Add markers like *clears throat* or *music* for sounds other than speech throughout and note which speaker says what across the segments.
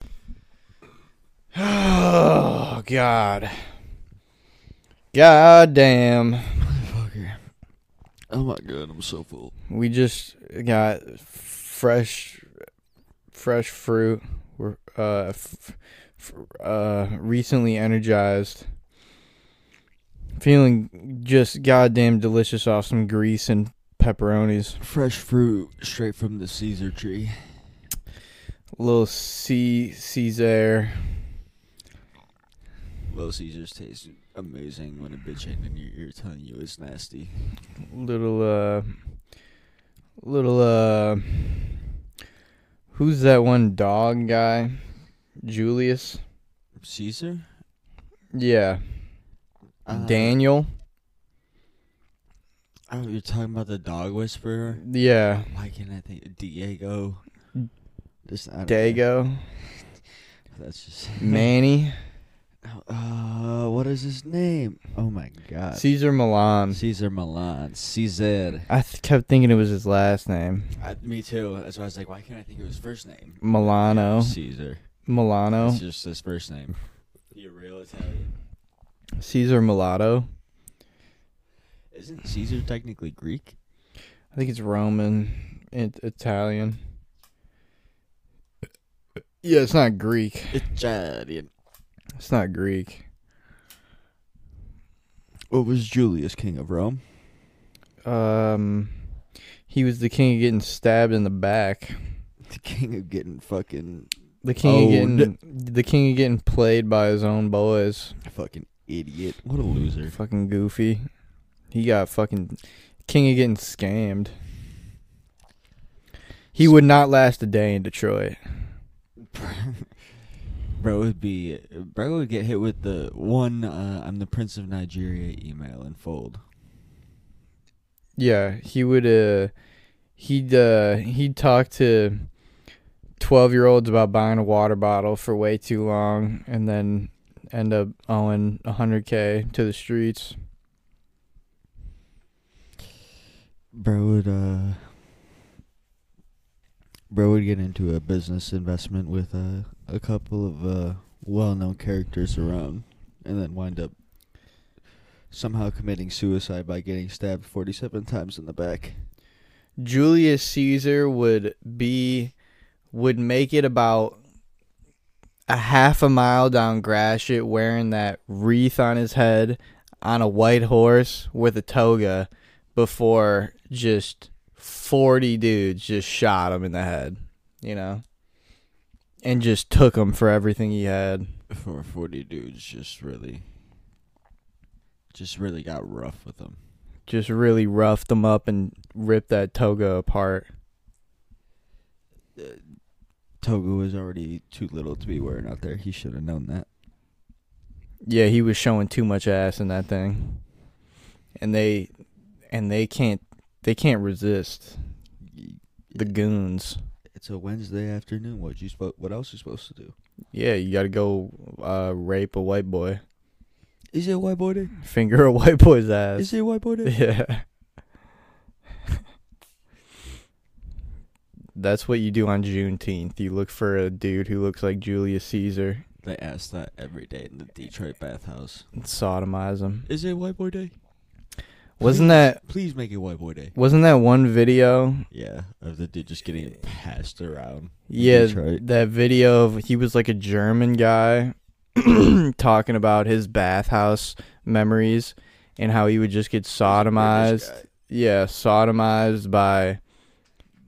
Speaker 1: *sighs* God. God damn.
Speaker 2: Fucker. Oh my god, I'm so full.
Speaker 1: We just got fresh, fresh fruit. We're uh, f- f- uh, recently energized. Feeling just goddamn delicious off some grease and pepperonis.
Speaker 2: Fresh fruit straight from the Caesar tree.
Speaker 1: Little C Caesar.
Speaker 2: Little Caesars taste amazing when a bitch ain't in your ear telling you it's nasty.
Speaker 1: Little uh, little uh, who's that one dog guy? Julius.
Speaker 2: Caesar?
Speaker 1: Yeah.
Speaker 2: Uh,
Speaker 1: Daniel.
Speaker 2: Oh, you're talking about the dog whisperer?
Speaker 1: Yeah.
Speaker 2: Why can't I think Diego? This, I don't know.
Speaker 1: Dago.
Speaker 2: That's just *laughs*
Speaker 1: Manny.
Speaker 2: Uh, what is his name? Oh my god.
Speaker 1: Caesar Milan.
Speaker 2: Caesar Milan. Caesar.
Speaker 1: I th- kept thinking it was his last name.
Speaker 2: I, me too. That's why I was like, why can't I think of his first name?
Speaker 1: Milano.
Speaker 2: Caesar.
Speaker 1: Milano.
Speaker 2: It's just his first name. *laughs* You're real Italian.
Speaker 1: Caesar Mulatto.
Speaker 2: Isn't Caesar technically Greek?
Speaker 1: I think it's Roman. It, Italian. Yeah, it's not Greek.
Speaker 2: Italian.
Speaker 1: It's not Greek.
Speaker 2: What was Julius, king of Rome? *laughs*
Speaker 1: Um, he was the king of getting stabbed in the back.
Speaker 2: The king of getting fucking
Speaker 1: The king
Speaker 2: Owned.
Speaker 1: of getting the king of getting played by his own boys.
Speaker 2: fucking idiot. What a loser.
Speaker 1: Fucking goofy. He got fucking king of getting scammed. He would not last a day in Detroit.
Speaker 2: Bro would be bro would get hit with the one uh, I'm the prince of Nigeria email and fold.
Speaker 1: Yeah, he would. Uh, he'd uh, he'd talk to twelve year olds about buying a water bottle for way too long, and then end up owing hundred k to the streets.
Speaker 2: Bro would uh Bro would get into a business investment with uh, a couple of uh, well-known characters around, and then wind up somehow committing suicide by getting stabbed 47 times in the back.
Speaker 1: Julius Caesar would be would make it about a half a mile down Gratiot wearing that wreath on his head on a white horse with a toga before just 40 dudes just shot him in the head, you know. And just took him for everything he had.
Speaker 2: For 40 dudes, just really, just really got rough with them.
Speaker 1: Just really roughed him up and ripped that toga apart.
Speaker 2: Togo was already too little to be wearing out there. He should have known that.
Speaker 1: Yeah, he was showing too much ass in that thing. And they and they can't they can't resist the goons.
Speaker 2: It's a Wednesday afternoon. What you spo- What else you supposed to do?
Speaker 1: Yeah, you got to go uh, rape a white boy. *laughs*
Speaker 2: Is it a white boy day?
Speaker 1: Finger a white boy's ass.
Speaker 2: Is it a white *laughs* boy day?
Speaker 1: *laughs* yeah. That's what you do on Juneteenth. You look for a dude who looks like Julius Caesar
Speaker 2: They ask that every day in the Detroit bathhouse.
Speaker 1: and sodomize him.
Speaker 2: Is it a white boy day?
Speaker 1: Wasn't that
Speaker 2: Please make it white boy day.
Speaker 1: wasn't that one video
Speaker 2: Yeah, of the dude just getting passed around. in
Speaker 1: Yeah,
Speaker 2: Detroit.
Speaker 1: that video of he was like a German guy *clears throat* talking about his bathhouse memories and how he would just get sodomized. Yeah, sodomized by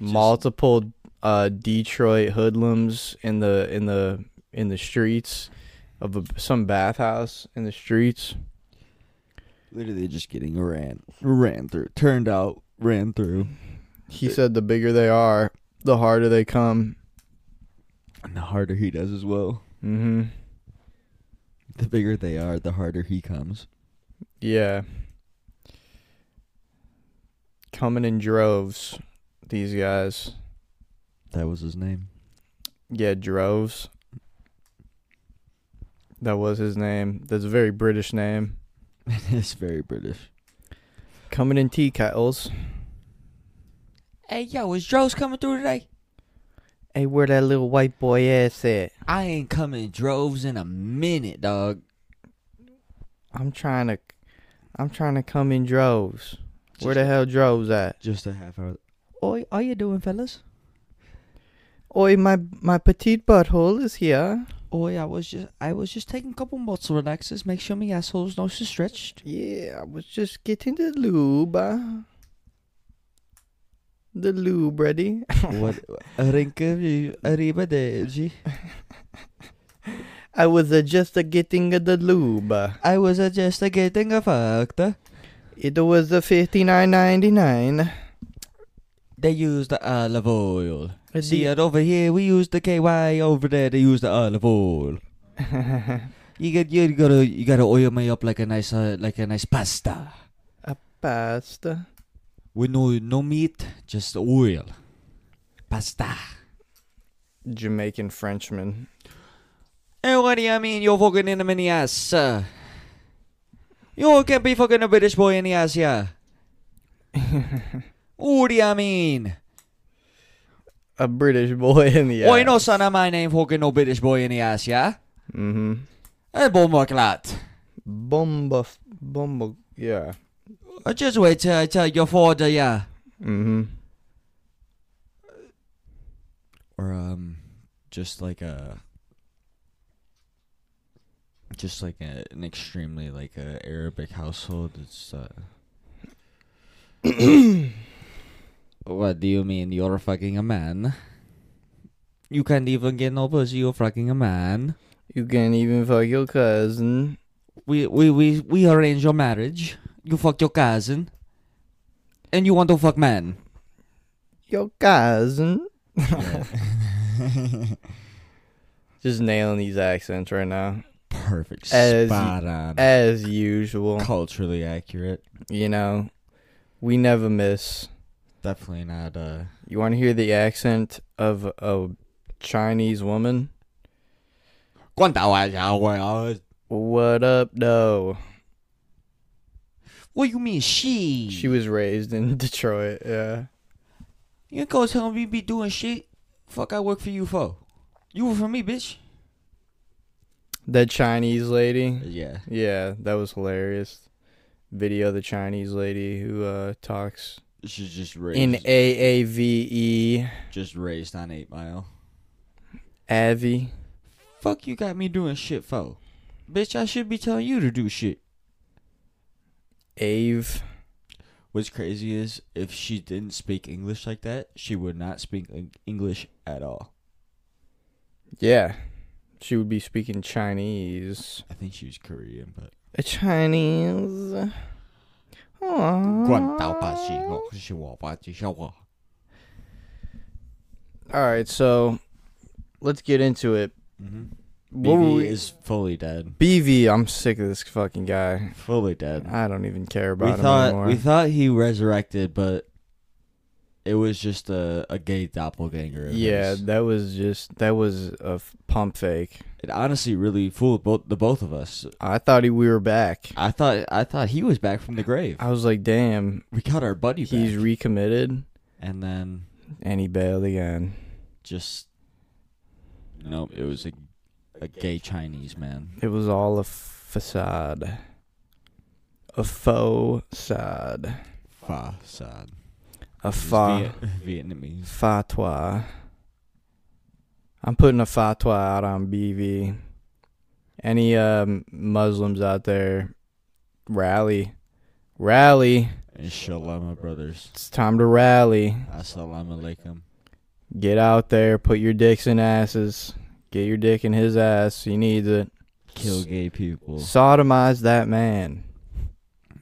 Speaker 2: Just-
Speaker 1: multiple uh, Detroit hoodlums in the in the in the streets of a, some bathhouse in the streets.
Speaker 2: Literally just getting ran, ran through, turned out, ran through.
Speaker 1: He said, "The bigger they are, the harder they come."
Speaker 2: And the harder he does as well.
Speaker 1: Mm-hmm.
Speaker 2: The bigger they are, the harder he comes.
Speaker 1: Yeah. Coming in droves, these guys.
Speaker 2: That was his name. *laughs*
Speaker 1: Yeah, droves. That was his name. That's a very British name.
Speaker 2: it's very British.
Speaker 1: Coming in tea kettles.
Speaker 3: Hey, yo, is Droz coming through today?
Speaker 1: Hey, where that little white boy ass at?
Speaker 3: I ain't coming in droves in a minute, dog.
Speaker 1: I'm trying to, I'm trying to come in droves. Where the hell droves at?
Speaker 2: Just a half hour. Oi, are you doing, fellas?
Speaker 1: Oi, my my petite butthole is here.
Speaker 3: Oh yeah, I was just I was just taking a couple months to relaxes, make sure my asshole's not so stretched.
Speaker 1: Yeah, I was just getting the lube. uh. The lube ready.
Speaker 2: *laughs* what? Rinka, arrivederci.
Speaker 1: I was uh, just uh, getting uh, the lube.
Speaker 2: I was uh, just uh, getting a fucked.
Speaker 1: It was uh, fifty nine ninety nine.
Speaker 2: They use the olive oil. See uh, it over here, we use the KY. Over there, they use the olive
Speaker 3: *laughs*
Speaker 2: oil. You get you gotta you gotta oil me up like a nice uh, like a nice pasta
Speaker 1: Pasta.
Speaker 2: with no no meat, just oil. Pasta.
Speaker 1: Jamaican Frenchman.
Speaker 2: And what do you mean you're fucking in a mini ass? Uh? You can't be fucking a British boy in the ass, yeah. what do you mean?
Speaker 1: A British boy in the
Speaker 2: Why no son of mine ain't fucking no British boy in the ass, yeah?
Speaker 1: Mm-hmm.
Speaker 2: Eh, bomboclat.
Speaker 1: Bomba. Bomba. Yeah.
Speaker 2: Uh, Just wait till I tell your father, yeah.
Speaker 1: Mm-hmm.
Speaker 2: or um just like a just like a, an extremely like a arabic household it's uh *coughs* what do you mean you're fucking a man you can't even get no pussy you're fucking a man
Speaker 1: You can't even fuck your cousin.
Speaker 2: we we we, we arrange your marriage you fuck your cousin and you want to fuck
Speaker 1: *laughs*
Speaker 2: man
Speaker 1: Your cousin. Just nailing these accents right now.
Speaker 2: perfect
Speaker 1: As-
Speaker 2: spot on
Speaker 1: As usual.
Speaker 2: culturally accurate
Speaker 1: You know, we never miss.
Speaker 2: definitely not uh
Speaker 1: You want to hear the accent of a Chinese woman?
Speaker 2: 关打完，然后我要
Speaker 1: What up, though?
Speaker 3: What you mean she?
Speaker 1: She was raised in *laughs* Detroit. Yeah.
Speaker 3: You go tell me be doing shit.
Speaker 2: Fuck, I work for you for.
Speaker 3: You were for me, bitch.
Speaker 1: That Chinese lady.
Speaker 2: Yeah.
Speaker 1: Yeah, that was hilarious. Video of the Chinese lady who uh, talks
Speaker 2: She's just raised.
Speaker 1: in AAVE.
Speaker 2: just raised on 8 Mile.
Speaker 1: Avi.
Speaker 2: Fuck, you got me doing shit for. Bitch, I should be telling you to do shit.
Speaker 1: Ave.
Speaker 2: What's crazy is if she didn't speak English like that, she would not speak Eng- English at all.
Speaker 1: Yeah. She would be speaking Chinese.
Speaker 2: I think she was Korean, but.
Speaker 1: A Chinese. Aw.
Speaker 2: 关岛巴西，我是我巴西小我。
Speaker 1: All right, so let's get into it.
Speaker 2: Mm-hmm.
Speaker 1: What were we-
Speaker 2: is fully dead.
Speaker 1: BV, I'm sick of this fucking guy.
Speaker 2: Fully dead.
Speaker 1: I don't even care about
Speaker 2: we
Speaker 1: him
Speaker 2: thought
Speaker 1: anymore.
Speaker 2: we thought he resurrected, but it was just a, a gay doppelganger. of
Speaker 1: yeah,
Speaker 2: his.
Speaker 1: that was just that was a f- pump fake.
Speaker 2: it honestly really fooled both the both of us.
Speaker 1: I thought he, we were back.
Speaker 2: I thought I thought he was back from the grave.
Speaker 1: I was like, damn,
Speaker 2: We got our buddy back,
Speaker 1: he's recommitted,
Speaker 2: and then
Speaker 1: and he bailed again.
Speaker 2: just nope. It was a a gay Chinese man.
Speaker 1: It was all a facade, a faux side,
Speaker 2: Fa sad.
Speaker 1: a fa
Speaker 2: Vietnamese.
Speaker 1: fatwa. I'm putting a fatwa out on BV. Any um, Muslims out there, rally, rally!
Speaker 2: Inshallah, my brothers.
Speaker 1: It's time to rally.
Speaker 2: Assalamu alaikum.
Speaker 1: Get out there, put your dicks in asses. Get your dick in his ass. He needs it.
Speaker 2: Kill gay people.
Speaker 1: Sodomize that man.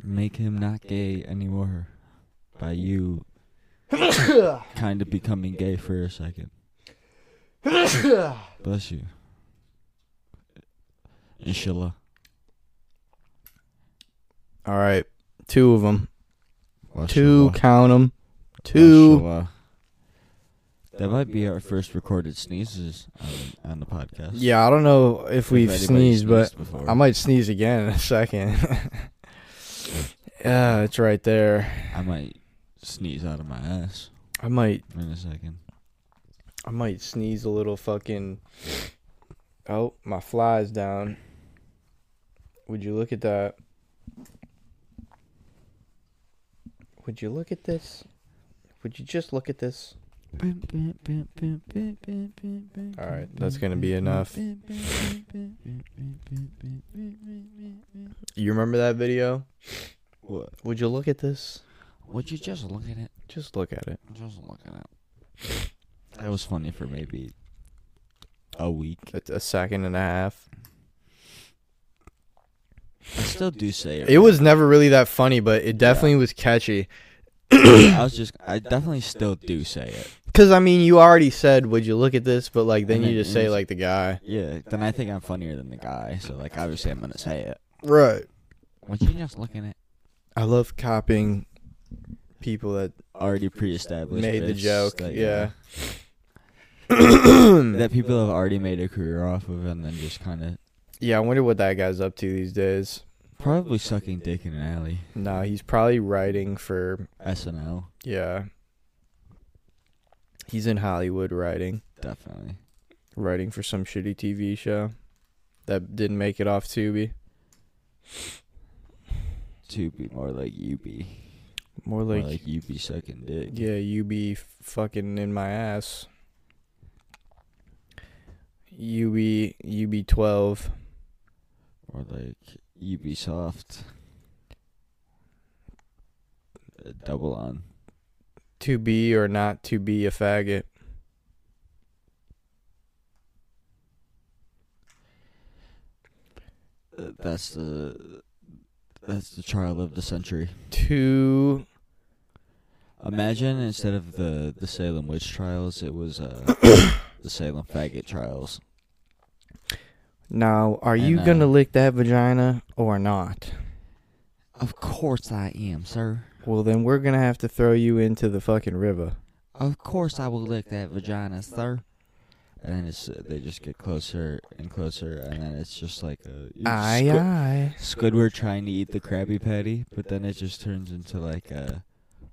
Speaker 2: make him not gay anymore by you kind of becoming gay for a second. Bless you. Inshallah.
Speaker 1: All right, two of them. Two,
Speaker 2: Mashallah.
Speaker 1: count 'em. Two.
Speaker 2: Mashallah. That might be our first recorded sneezes on, on the podcast.
Speaker 1: Yeah, I don't know if we've
Speaker 2: anybody
Speaker 1: sneezed, but
Speaker 2: before.
Speaker 1: I might sneeze again in a second. *laughs* Yeah, it's right there.
Speaker 2: I might sneeze out of my ass
Speaker 1: I might,
Speaker 2: in a second.
Speaker 1: I might sneeze a little fucking. Oh, my fly's down. Would you look at that? Would you look at this? Would you just look at this? All right, that's gonna be enough. You remember that video?
Speaker 2: What?
Speaker 1: Would you look at this?
Speaker 3: Would you just look at it?
Speaker 1: Just look at it.
Speaker 3: Just look at it.
Speaker 2: That was funny for maybe a week.
Speaker 1: It's a second and a half.
Speaker 2: I still do say it.
Speaker 1: It was never really that funny, but it definitely was catchy.
Speaker 2: I was just. I definitely still do say it.
Speaker 1: Cause I mean, you already said, "Would you look at this?" But like, then
Speaker 2: And
Speaker 1: you
Speaker 2: then
Speaker 1: just say
Speaker 2: it's-
Speaker 1: like the guy,
Speaker 2: Yeah. Then I think I'm funnier than the guy. So like, obviously, I'm gonna say it.
Speaker 1: right?
Speaker 3: Would you just look at it?
Speaker 1: I love copying people that
Speaker 2: Already pre-established.
Speaker 1: made the
Speaker 2: bits
Speaker 1: joke.
Speaker 2: that, you
Speaker 1: yeah.
Speaker 2: know, that people have already made a career off of, and then just kind of
Speaker 1: yeah, I wonder what that guy's up to these days.
Speaker 2: probably sucking dick in an alley.
Speaker 1: Nah, he's probably writing for
Speaker 2: SNL.
Speaker 1: yeah. He's in Hollywood writing,
Speaker 2: Definitely.
Speaker 1: writing for some shitty TV show that didn't make it off Tubi.
Speaker 2: To be more like you be.
Speaker 1: More
Speaker 2: More
Speaker 1: like,
Speaker 2: like you be sucking dick.
Speaker 1: yeah, you be fucking in my ass. You be you be twelve.
Speaker 2: Or like Ubisoft. Uh, Double on.
Speaker 1: To be or not to be a faggot.
Speaker 2: Uh, That's the that's the trial of the century.
Speaker 1: To
Speaker 2: Imagine instead of the the Salem witch trials, it was uh *coughs* the Salem faggot trials.
Speaker 1: now, are you
Speaker 2: And, uh,
Speaker 1: gonna lick that vagina or not?
Speaker 3: Of course I am, sir.
Speaker 1: Well, then we're gonna have to throw you into the fucking river.
Speaker 3: Of course I will lick that vagina, sir.
Speaker 2: And then it's uh, they just get closer and closer, and then it's just like a
Speaker 1: Aye, aye.
Speaker 2: Squidward trying to eat the Krabby Patty, but then it just turns into like a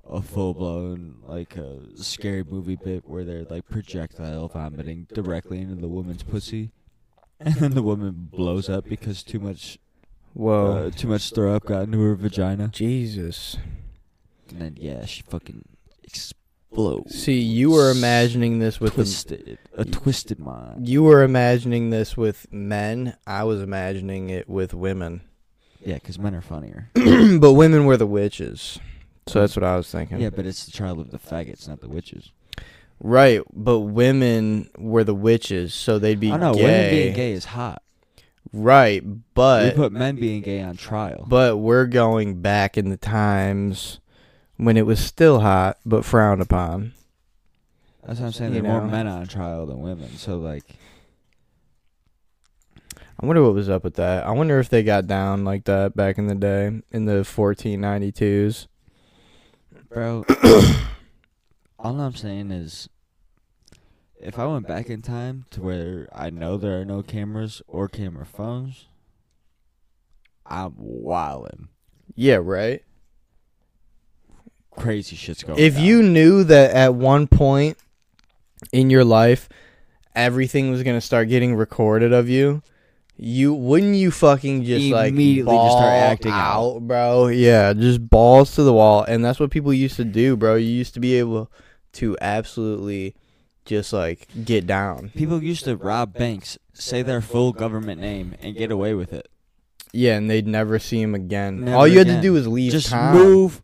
Speaker 2: a full blown like a scary movie bit where they're like projectile vomiting directly into the woman's pussy, *laughs* and then the woman blows up because too much
Speaker 1: Whoa.
Speaker 2: uh, too much throw up got into her vagina,
Speaker 1: Jesus.
Speaker 2: and then yeah, she fucking explodes.
Speaker 1: See, you were imagining this with the,
Speaker 2: twisted a twisted mind.
Speaker 1: you were imagining this with men. I was imagining it with
Speaker 2: *clears throat*
Speaker 1: women.
Speaker 2: Yeah, because men are funnier.
Speaker 1: but women were the witches. So that's what I was thinking.
Speaker 2: Yeah, but it's the trial of the faggots, not the witches.
Speaker 1: Right, but women were the witches, so they'd be
Speaker 2: I know
Speaker 1: gay.
Speaker 2: women being gay is hot.
Speaker 1: Right,
Speaker 2: we
Speaker 1: but
Speaker 2: put men being gay on trial.
Speaker 1: but we're going back in the times when it was still hot but frowned upon.
Speaker 2: That's what I'm saying.
Speaker 1: You
Speaker 2: There are more
Speaker 1: know.
Speaker 2: men on trial than women. So like,
Speaker 1: I wonder what was up with that. I wonder if they got down like that back in the day in the 1492s. *coughs*
Speaker 2: bro, all I'm saying is, if I went back in time to where I know there are no cameras or camera phones, I'm wildin'.
Speaker 1: Yeah, right.
Speaker 2: Crazy shit's going.
Speaker 1: if
Speaker 2: down.
Speaker 1: you knew that at one point in your life everything was going to start getting recorded of you, you wouldn't you fucking just like
Speaker 2: Immediately just start
Speaker 1: ball
Speaker 2: acting out.
Speaker 1: out, bro? Yeah, just balls to the wall, and that's what people used to do, bro. You used to be able to absolutely just like get down.
Speaker 2: people used to rob banks, say their full government name, and get away with it.
Speaker 1: Yeah, and they'd never see him again.
Speaker 2: Never
Speaker 1: All you had
Speaker 2: again.
Speaker 1: to do was leave
Speaker 2: Just
Speaker 1: town.
Speaker 2: move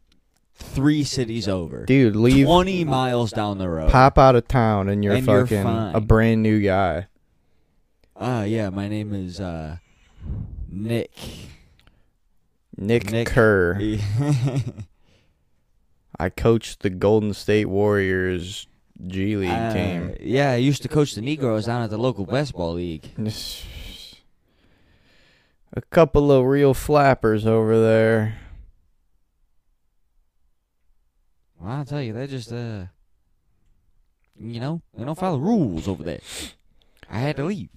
Speaker 2: three cities over,
Speaker 1: dude. Leave,
Speaker 2: twenty miles down the road.
Speaker 1: pop out of town, and you're
Speaker 2: And you're
Speaker 1: fucking a
Speaker 2: fine.
Speaker 1: brand new guy.
Speaker 2: Uh yeah, my name is uh Nick.
Speaker 1: Nick,
Speaker 2: Nick-
Speaker 1: Kerr.
Speaker 2: *laughs* I
Speaker 1: I coached the Golden State Warriors G League
Speaker 2: Uh,
Speaker 1: team.
Speaker 2: Yeah, I used to coach the Negroes down at the local basketball league.
Speaker 1: A couple of real flappers over there.
Speaker 2: Well, I'll tell you, they just uh you know, they don't follow rules over there. I had
Speaker 1: *coughs*
Speaker 2: to leave.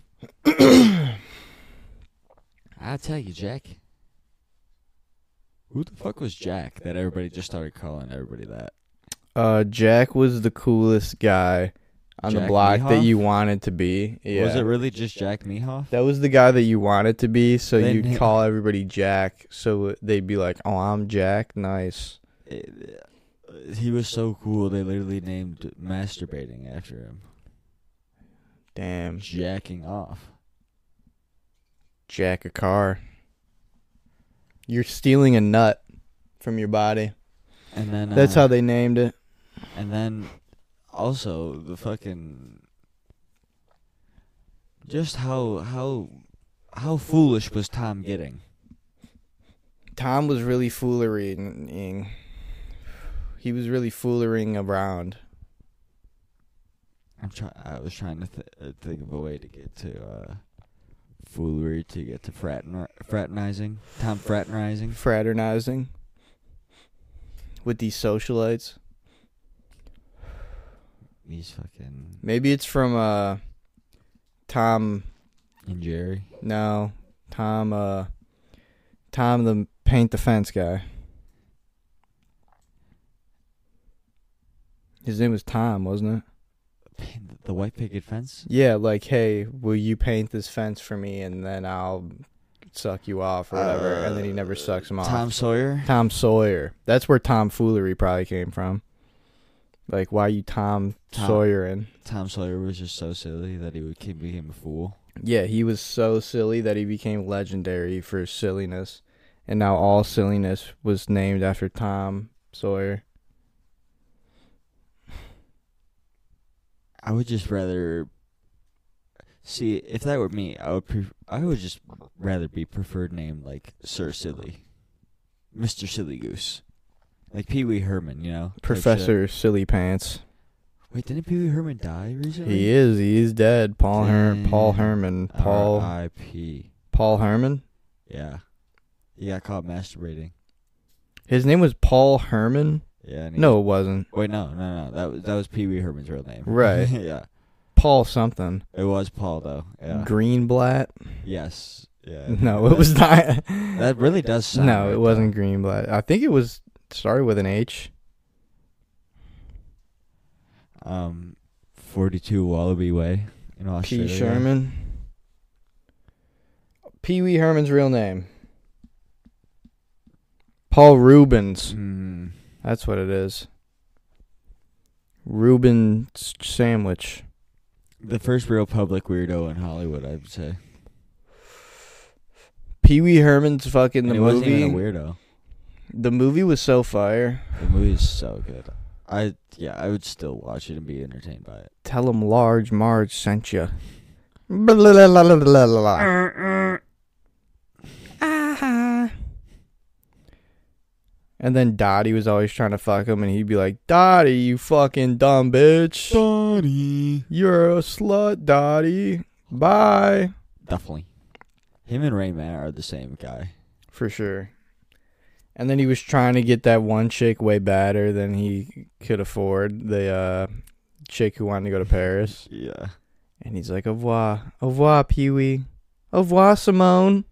Speaker 2: I'll tell you, Jack. Who the fuck was Jack that everybody just started calling everybody that?
Speaker 1: Uh, Jack was the coolest guy on the
Speaker 2: Jack
Speaker 1: block that
Speaker 2: Mehoff?
Speaker 1: you wanted to be. Yeah.
Speaker 2: Was it really just Jack Mehoff?
Speaker 1: That was the guy that you wanted to be, so
Speaker 2: Then
Speaker 1: you'd
Speaker 2: he-
Speaker 1: call everybody Jack, so they'd be like, "Oh, I'm Jack. Nice."
Speaker 2: It- uh, Eh, he was so cool. They literally named masturbating after him.
Speaker 1: Damn,
Speaker 2: Jacking off.
Speaker 1: Jack a car. You're stealing a nut from your body.
Speaker 2: And then
Speaker 1: That's
Speaker 2: uh,
Speaker 1: how they named it.
Speaker 2: And then also the fucking just how how how foolish was Tom getting?
Speaker 1: Tom was really foolerying. He was really foolering around.
Speaker 2: I'm try I was trying to th- uh, think of a way to get to uh foolery to get to fraterni- fraternizing. Tom fraternizing.
Speaker 1: fraternizing with these socialites.
Speaker 2: He's fucking
Speaker 1: Maybe it's from uh Tom
Speaker 2: and Jerry.
Speaker 1: no, Tom uh Tom the paint the fence guy. His name was Tom, wasn't it?
Speaker 2: Paint The white picket fence.
Speaker 1: Yeah, like, hey, will you paint this fence for me and then I'll suck you off or whatever and then he never sucks him off.
Speaker 2: Tom Sawyer.
Speaker 1: Tom Sawyer. That's where tomfoolery probably came from. Like, why you Tom,
Speaker 2: Tom.
Speaker 1: Sawyer in?
Speaker 2: Tom Sawyer was just so silly that he would keep became a fool.
Speaker 1: Yeah, he was so silly that he became legendary for his silliness. And now all silliness was named after Tom Sawyer.
Speaker 2: I would just rather see if that were me. I would pref- I would just rather be preferred named like Sir Silly, Mister Silly Goose, like Pee Wee Herman. You know, type shit.
Speaker 1: Professor Silly Pants.
Speaker 2: Wait, didn't Pee Wee Herman die recently?
Speaker 1: He is. He is dead. Paul Herman. Paul
Speaker 2: Damn.
Speaker 1: Herman. Paul.
Speaker 2: uh, R.I.P.
Speaker 1: Paul Herman.
Speaker 2: Yeah, he got caught masturbating.
Speaker 1: His name was Paul Herman.
Speaker 2: Yeah. and he
Speaker 1: No, it wasn't.
Speaker 2: was- wait, no, no, no. That was that was Pee Wee Herman's real name.
Speaker 1: Right.
Speaker 2: *laughs* yeah.
Speaker 1: Paul something.
Speaker 2: It was Paul though. Yeah.
Speaker 1: Greenblatt.
Speaker 2: yes. Yeah.
Speaker 1: No, it was
Speaker 2: *laughs*
Speaker 1: not.
Speaker 2: That really does sound.
Speaker 1: no,
Speaker 2: right,
Speaker 1: it
Speaker 2: though.
Speaker 1: wasn't Greenblatt. I think it was started with an H.
Speaker 2: um, 42 Wallaby Way in Australia.
Speaker 1: P. Sherman. Pee Wee Herman's real name. Paul Rubens.
Speaker 2: Mm,
Speaker 1: That's what it is. Reuben s- sandwich.
Speaker 2: the first real public weirdo in Hollywood, I'd say.
Speaker 1: Pee Wee Herman's fucking
Speaker 2: And
Speaker 1: the
Speaker 2: he wasn't even a
Speaker 1: movie.
Speaker 2: weirdo.
Speaker 1: The movie was so fire.
Speaker 2: The movie is so good. I yeah, I would still watch it and be entertained by it.
Speaker 1: Tell him large Marge sent you. Blah, blah, blah, blah, blah, blah, blah. Ah. *laughs* And then Dottie was always trying to fuck him, and he'd be like, Dottie, you fucking dumb bitch.
Speaker 2: Donnie.
Speaker 1: You're a slut, Dottie. Bye.
Speaker 2: Definitely. Him and Rain Man are the same guy.
Speaker 1: For sure. And then he was trying to get that one chick way better than he could afford, the uh, chick who wanted to go to Paris.
Speaker 2: Yeah.
Speaker 1: And he's like, Au revoir. Au revoir, Pee Wee. Au revoir, Simone.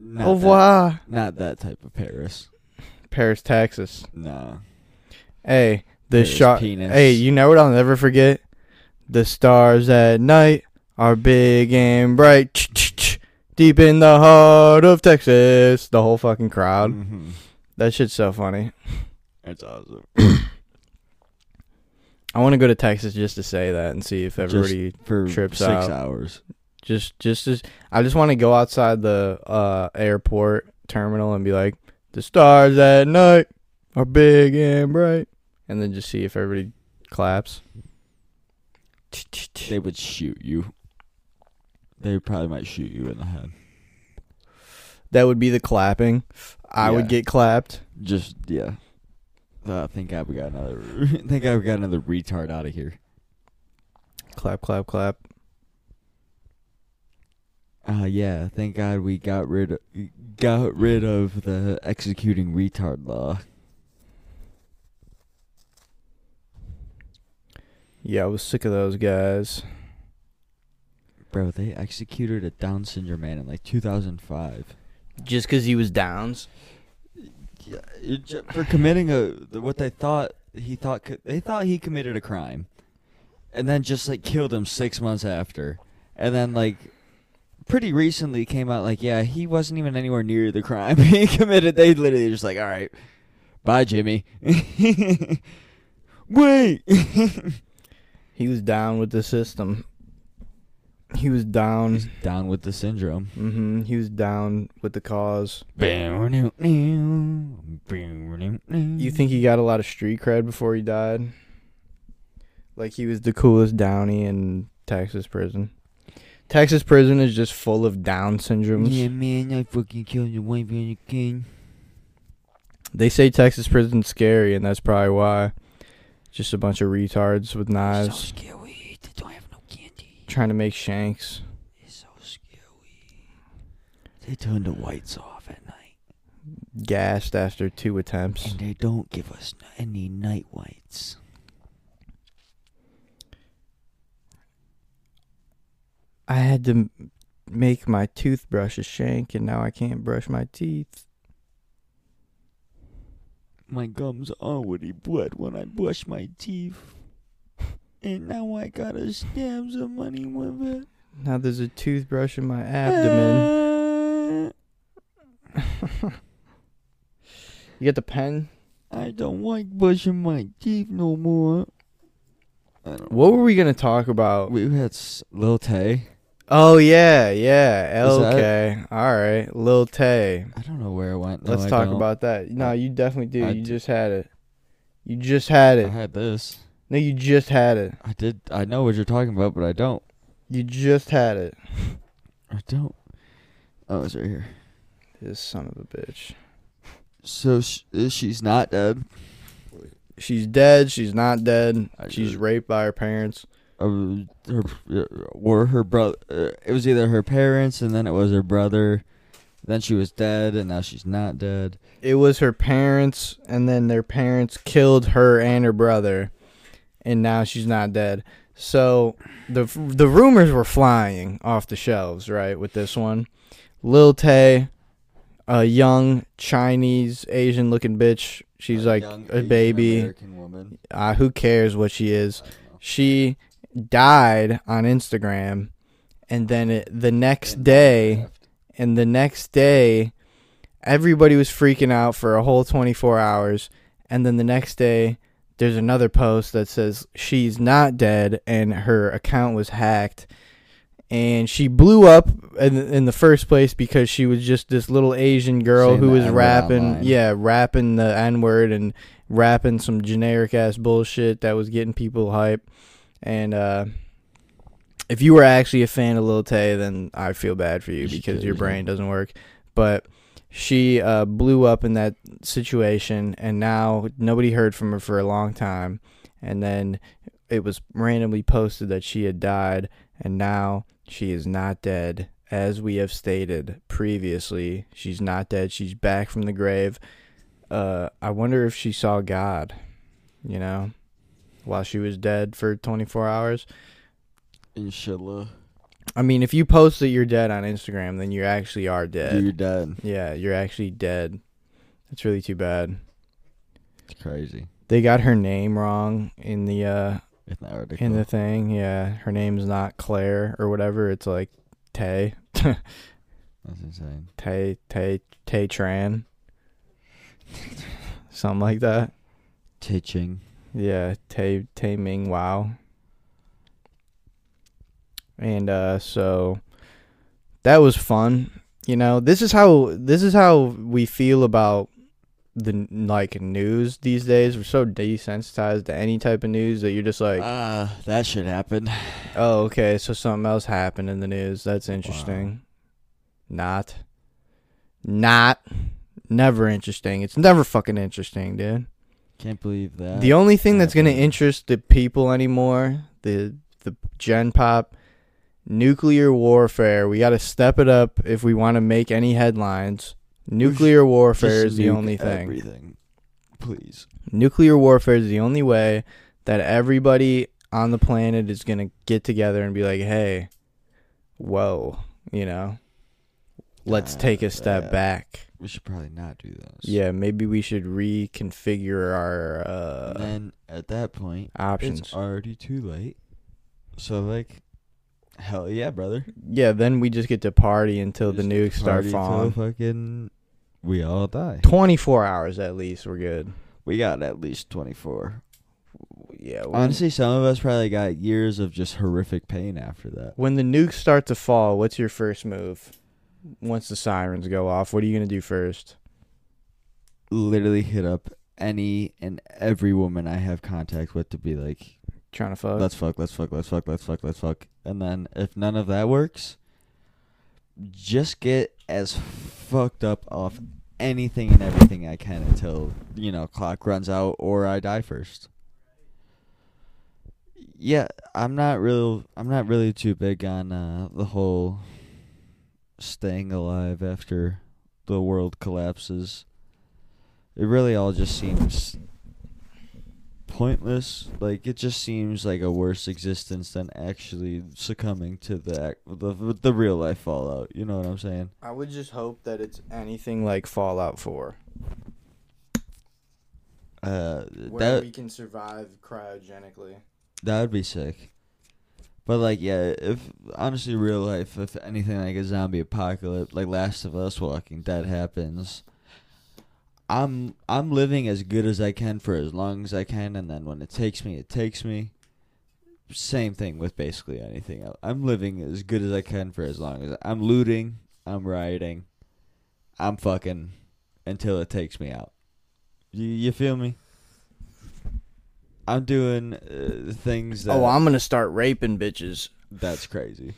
Speaker 2: Not
Speaker 1: Au revoir.
Speaker 2: That, not that type of Paris.
Speaker 1: Paris, Texas.
Speaker 2: No.
Speaker 1: Hey, the
Speaker 2: Paris
Speaker 1: shot.
Speaker 2: penis.
Speaker 1: Hey, you know what I'll never forget? The stars at night are big and bright. Ch-ch-ch. Deep in the heart of Texas. The whole fucking crowd.
Speaker 2: Mhm.
Speaker 1: That shit's so funny.
Speaker 2: It's awesome.
Speaker 1: I want to go to Texas just to say that and see if everybody
Speaker 2: For
Speaker 1: Trips
Speaker 2: six
Speaker 1: out.
Speaker 2: hours.
Speaker 1: just just as I just want to go outside the uh airport terminal and be like, the stars at night are big and bright, and then just see if everybody claps.
Speaker 2: They would shoot you. They probably might shoot you in the head.
Speaker 1: That would be the clapping. I would
Speaker 2: Yeah.
Speaker 1: get clapped.
Speaker 2: Just yeah. Uh, thank God we got another. *laughs* thank God we got another retard out of here.
Speaker 1: Clap, clap, clap.
Speaker 2: Uh, yeah. Thank God we got rid of, got rid of the executing retard law.
Speaker 1: Yeah, I was sick of those guys.
Speaker 2: Bro, they executed a Down syndrome man in like 2005.
Speaker 1: Just because he was Downs.
Speaker 2: Yeah, it ju- for committing a the- what they thought he thought co- they thought he committed a crime, and then just like killed him six months after, and then like pretty recently came out like yeah he wasn't even anywhere near the crime *laughs* he committed. They literally just like all right, bye Jimmy. Wait.
Speaker 1: He was down with the system. He was down.
Speaker 2: He's down with the syndrome.
Speaker 1: hmm He was down with the cause. You
Speaker 2: You
Speaker 1: think he got a lot of street cred before he died? Like he was the coolest downy in Texas prison. Texas prison is just full of Down syndromes.
Speaker 2: Yeah, man, I fucking killed your wife and your kid.
Speaker 1: They say Texas prison's scary, and that's probably why. Just a bunch of retards with
Speaker 3: so
Speaker 1: knives
Speaker 3: scary. They don't have no candy.
Speaker 1: trying to make shanks.
Speaker 3: It's so scary. They turn the lights off at night,
Speaker 1: Gassed after two attempts.
Speaker 3: and they don't give us n- any night lights.
Speaker 1: I had to m- make my toothbrush a shank, and now I can't brush my teeth.
Speaker 2: My gums already bled when I brush my teeth. And now I gotta stab somebody with it.
Speaker 1: Now there's a toothbrush in my abdomen.
Speaker 2: Eh,
Speaker 3: Ah.
Speaker 1: *laughs* you get the pen?
Speaker 2: I don't like brushing my teeth no more. I don't
Speaker 1: What were we gonna talk about?
Speaker 2: We had s- Lil Tay.
Speaker 1: Oh yeah, yeah.
Speaker 2: Is that-
Speaker 1: Okay, all right. Lil Tay.
Speaker 2: I don't know where it went. No,
Speaker 1: Let's
Speaker 2: I
Speaker 1: talk
Speaker 2: don't.
Speaker 1: about that. No, you definitely do.
Speaker 2: I
Speaker 1: you
Speaker 2: d- Uh-huh.
Speaker 1: just had it. You just had
Speaker 2: I
Speaker 1: it.
Speaker 2: had this.
Speaker 1: No, you just had it.
Speaker 2: I did. I know what you're talking about, but I don't.
Speaker 1: You just had it.
Speaker 2: I don't. Oh, it's right here.
Speaker 1: This son of a bitch.
Speaker 2: So sh- uh, she's not dead.
Speaker 1: She's dead. She's not dead.
Speaker 2: I-
Speaker 1: She's raped by her parents.
Speaker 2: Uh, her uh, or her brother. Uh, it was either her parents, and then it was her brother. Then she was dead, and now she's not dead.
Speaker 1: It was her parents, and then their parents killed her and her brother, and now she's not dead. So the the rumors were flying off the shelves, right? With this one, Lil Tay, a young Chinese Asian looking bitch. She's like a baby.
Speaker 2: American woman.
Speaker 1: uh, who cares what she is? She died on Instagram, and then it, the next day, and the next day, everybody was freaking out for a whole 24 hours, and then the next day, there's another post that says she's not dead and her account was hacked. And she blew up in, in the first place because she was just this little Asian girl
Speaker 2: Saying
Speaker 1: who
Speaker 2: the
Speaker 1: was
Speaker 2: N-word
Speaker 1: rapping,
Speaker 2: online.
Speaker 1: yeah, rapping the N word and rapping some generic ass bullshit that was getting people hype. And uh, if you were actually a fan of Lil Tay, then I feel bad for you
Speaker 2: She
Speaker 1: because
Speaker 2: did,
Speaker 1: your
Speaker 2: yeah.
Speaker 1: brain doesn't work. But she uh, blew up in that situation, and now nobody heard from her for a long time. And then it was randomly posted that she had died, and now she is not dead. As we have stated previously, she's not dead. She's back from the grave. Uh, I wonder if she saw God, you know, while she was dead for 24 hours.
Speaker 2: Inshallah,
Speaker 1: I mean, if you post that you're dead on Instagram, then you actually are dead.
Speaker 2: you're dead.
Speaker 1: Yeah, you're actually dead. That's really too bad.
Speaker 2: It's crazy.
Speaker 1: They got her name wrong in the uh
Speaker 2: It's not
Speaker 1: in the
Speaker 2: ridiculous.
Speaker 1: thing. Yeah, her name's not Claire or whatever. It's like Tay
Speaker 2: That's insane.
Speaker 1: Tay Tay Tay Tran, *laughs* something like that.
Speaker 2: Teaching.
Speaker 1: Yeah, Tay Tay Ming Wow. And uh so that was fun. You know, this is how this is how we feel about the n- like news these days. We're so desensitized to any type of news that you're just like,
Speaker 2: Ah, that shit happened.
Speaker 1: "Oh, okay, so something else happened in the news. That's interesting." Not not never interesting. It's never fucking interesting, dude.
Speaker 2: Can't believe that.
Speaker 1: The only thing that's going to
Speaker 2: Definitely.
Speaker 1: interest the people anymore, the the Gen Pop nuclear warfare. We got to step it up if we want to make any headlines. Nuclear warfare
Speaker 2: Just
Speaker 1: is the
Speaker 2: nuke
Speaker 1: only thing.
Speaker 2: Everything, please.
Speaker 1: nuclear warfare is the only way that everybody on the planet is going to get together and be like, "Hey, whoa, you know, let's
Speaker 2: Uh,
Speaker 1: take a step
Speaker 2: yeah.
Speaker 1: back."
Speaker 2: We should probably not do those.
Speaker 1: Yeah, maybe we should reconfigure our
Speaker 2: And
Speaker 1: uh,
Speaker 2: then at that point,
Speaker 1: options.
Speaker 2: it's already too late. So like, hell yeah, brother.
Speaker 1: Yeah, then we just get to party until the
Speaker 2: Just
Speaker 1: nukes start
Speaker 2: Party till *laughs*
Speaker 1: falling.
Speaker 2: Fucking, we all die.
Speaker 1: 24 hours at least, we're good.
Speaker 2: We got at least twenty four.
Speaker 1: Yeah. When,
Speaker 2: Honestly, some of us probably got years of just horrific pain after that.
Speaker 1: when the nukes start to fall, what's your first move? Once the sirens go off, what are you going to do first?
Speaker 2: Literally hit up any and every woman I have contact with to be like,
Speaker 1: Trying to fuck?
Speaker 2: let's fuck, let's fuck, let's fuck, let's fuck, let's fuck. And then if none of that works, just get as fucked up off anything and everything I can until, you know, clock runs out or I die first. Yeah, I'm not real I'm not really too big on uh, the whole staying alive after the world collapses. It really all just seems pointless. Like it just seems like a worse existence than actually succumbing to the ac- the, the real life fallout. You know what I'm saying?
Speaker 1: I would just hope that it's anything like Fallout 4,
Speaker 2: Uh, that
Speaker 1: can survive cryogenically.
Speaker 2: that would be sick. But like, yeah, if honestly, real life, if anything like a zombie apocalypse, like Last of Us, Walking Dead happens. I'm I'm living as good as I can for as long as I can, and then when it takes me, it takes me. Same thing with basically anything else. I'm living as good as I can for as long as I'm looting, I'm rioting, I'm fucking until it takes me out. You you feel me? I'm doing uh, things that
Speaker 1: Oh, I'm going to start raping bitches.
Speaker 2: that's crazy.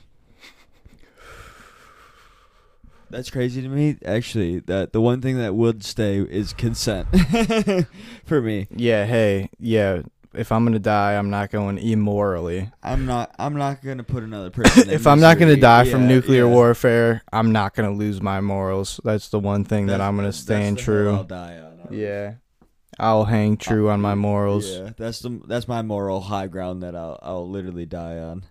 Speaker 2: That's crazy to me. Actually, that the one thing that would stay is consent *laughs* for me.
Speaker 1: Yeah, hey, yeah. If I'm going to die, I'm not going immorally.
Speaker 2: I'm not. I'm not gonna put another
Speaker 1: *laughs*
Speaker 2: person. in
Speaker 1: if I'm not going to
Speaker 2: misery.
Speaker 1: die from
Speaker 2: Yeah,
Speaker 1: nuclear
Speaker 2: yeah.
Speaker 1: warfare, I'm not going to lose my morals. That's the one thing that
Speaker 2: That's-
Speaker 1: I'm going to
Speaker 2: that's
Speaker 1: stand
Speaker 2: the hill I'll
Speaker 1: true.
Speaker 2: die on, honestly.
Speaker 1: Yeah. I'll hang true on my morals.
Speaker 2: Yeah, that's the that's my moral high ground that I'll I'll literally die on.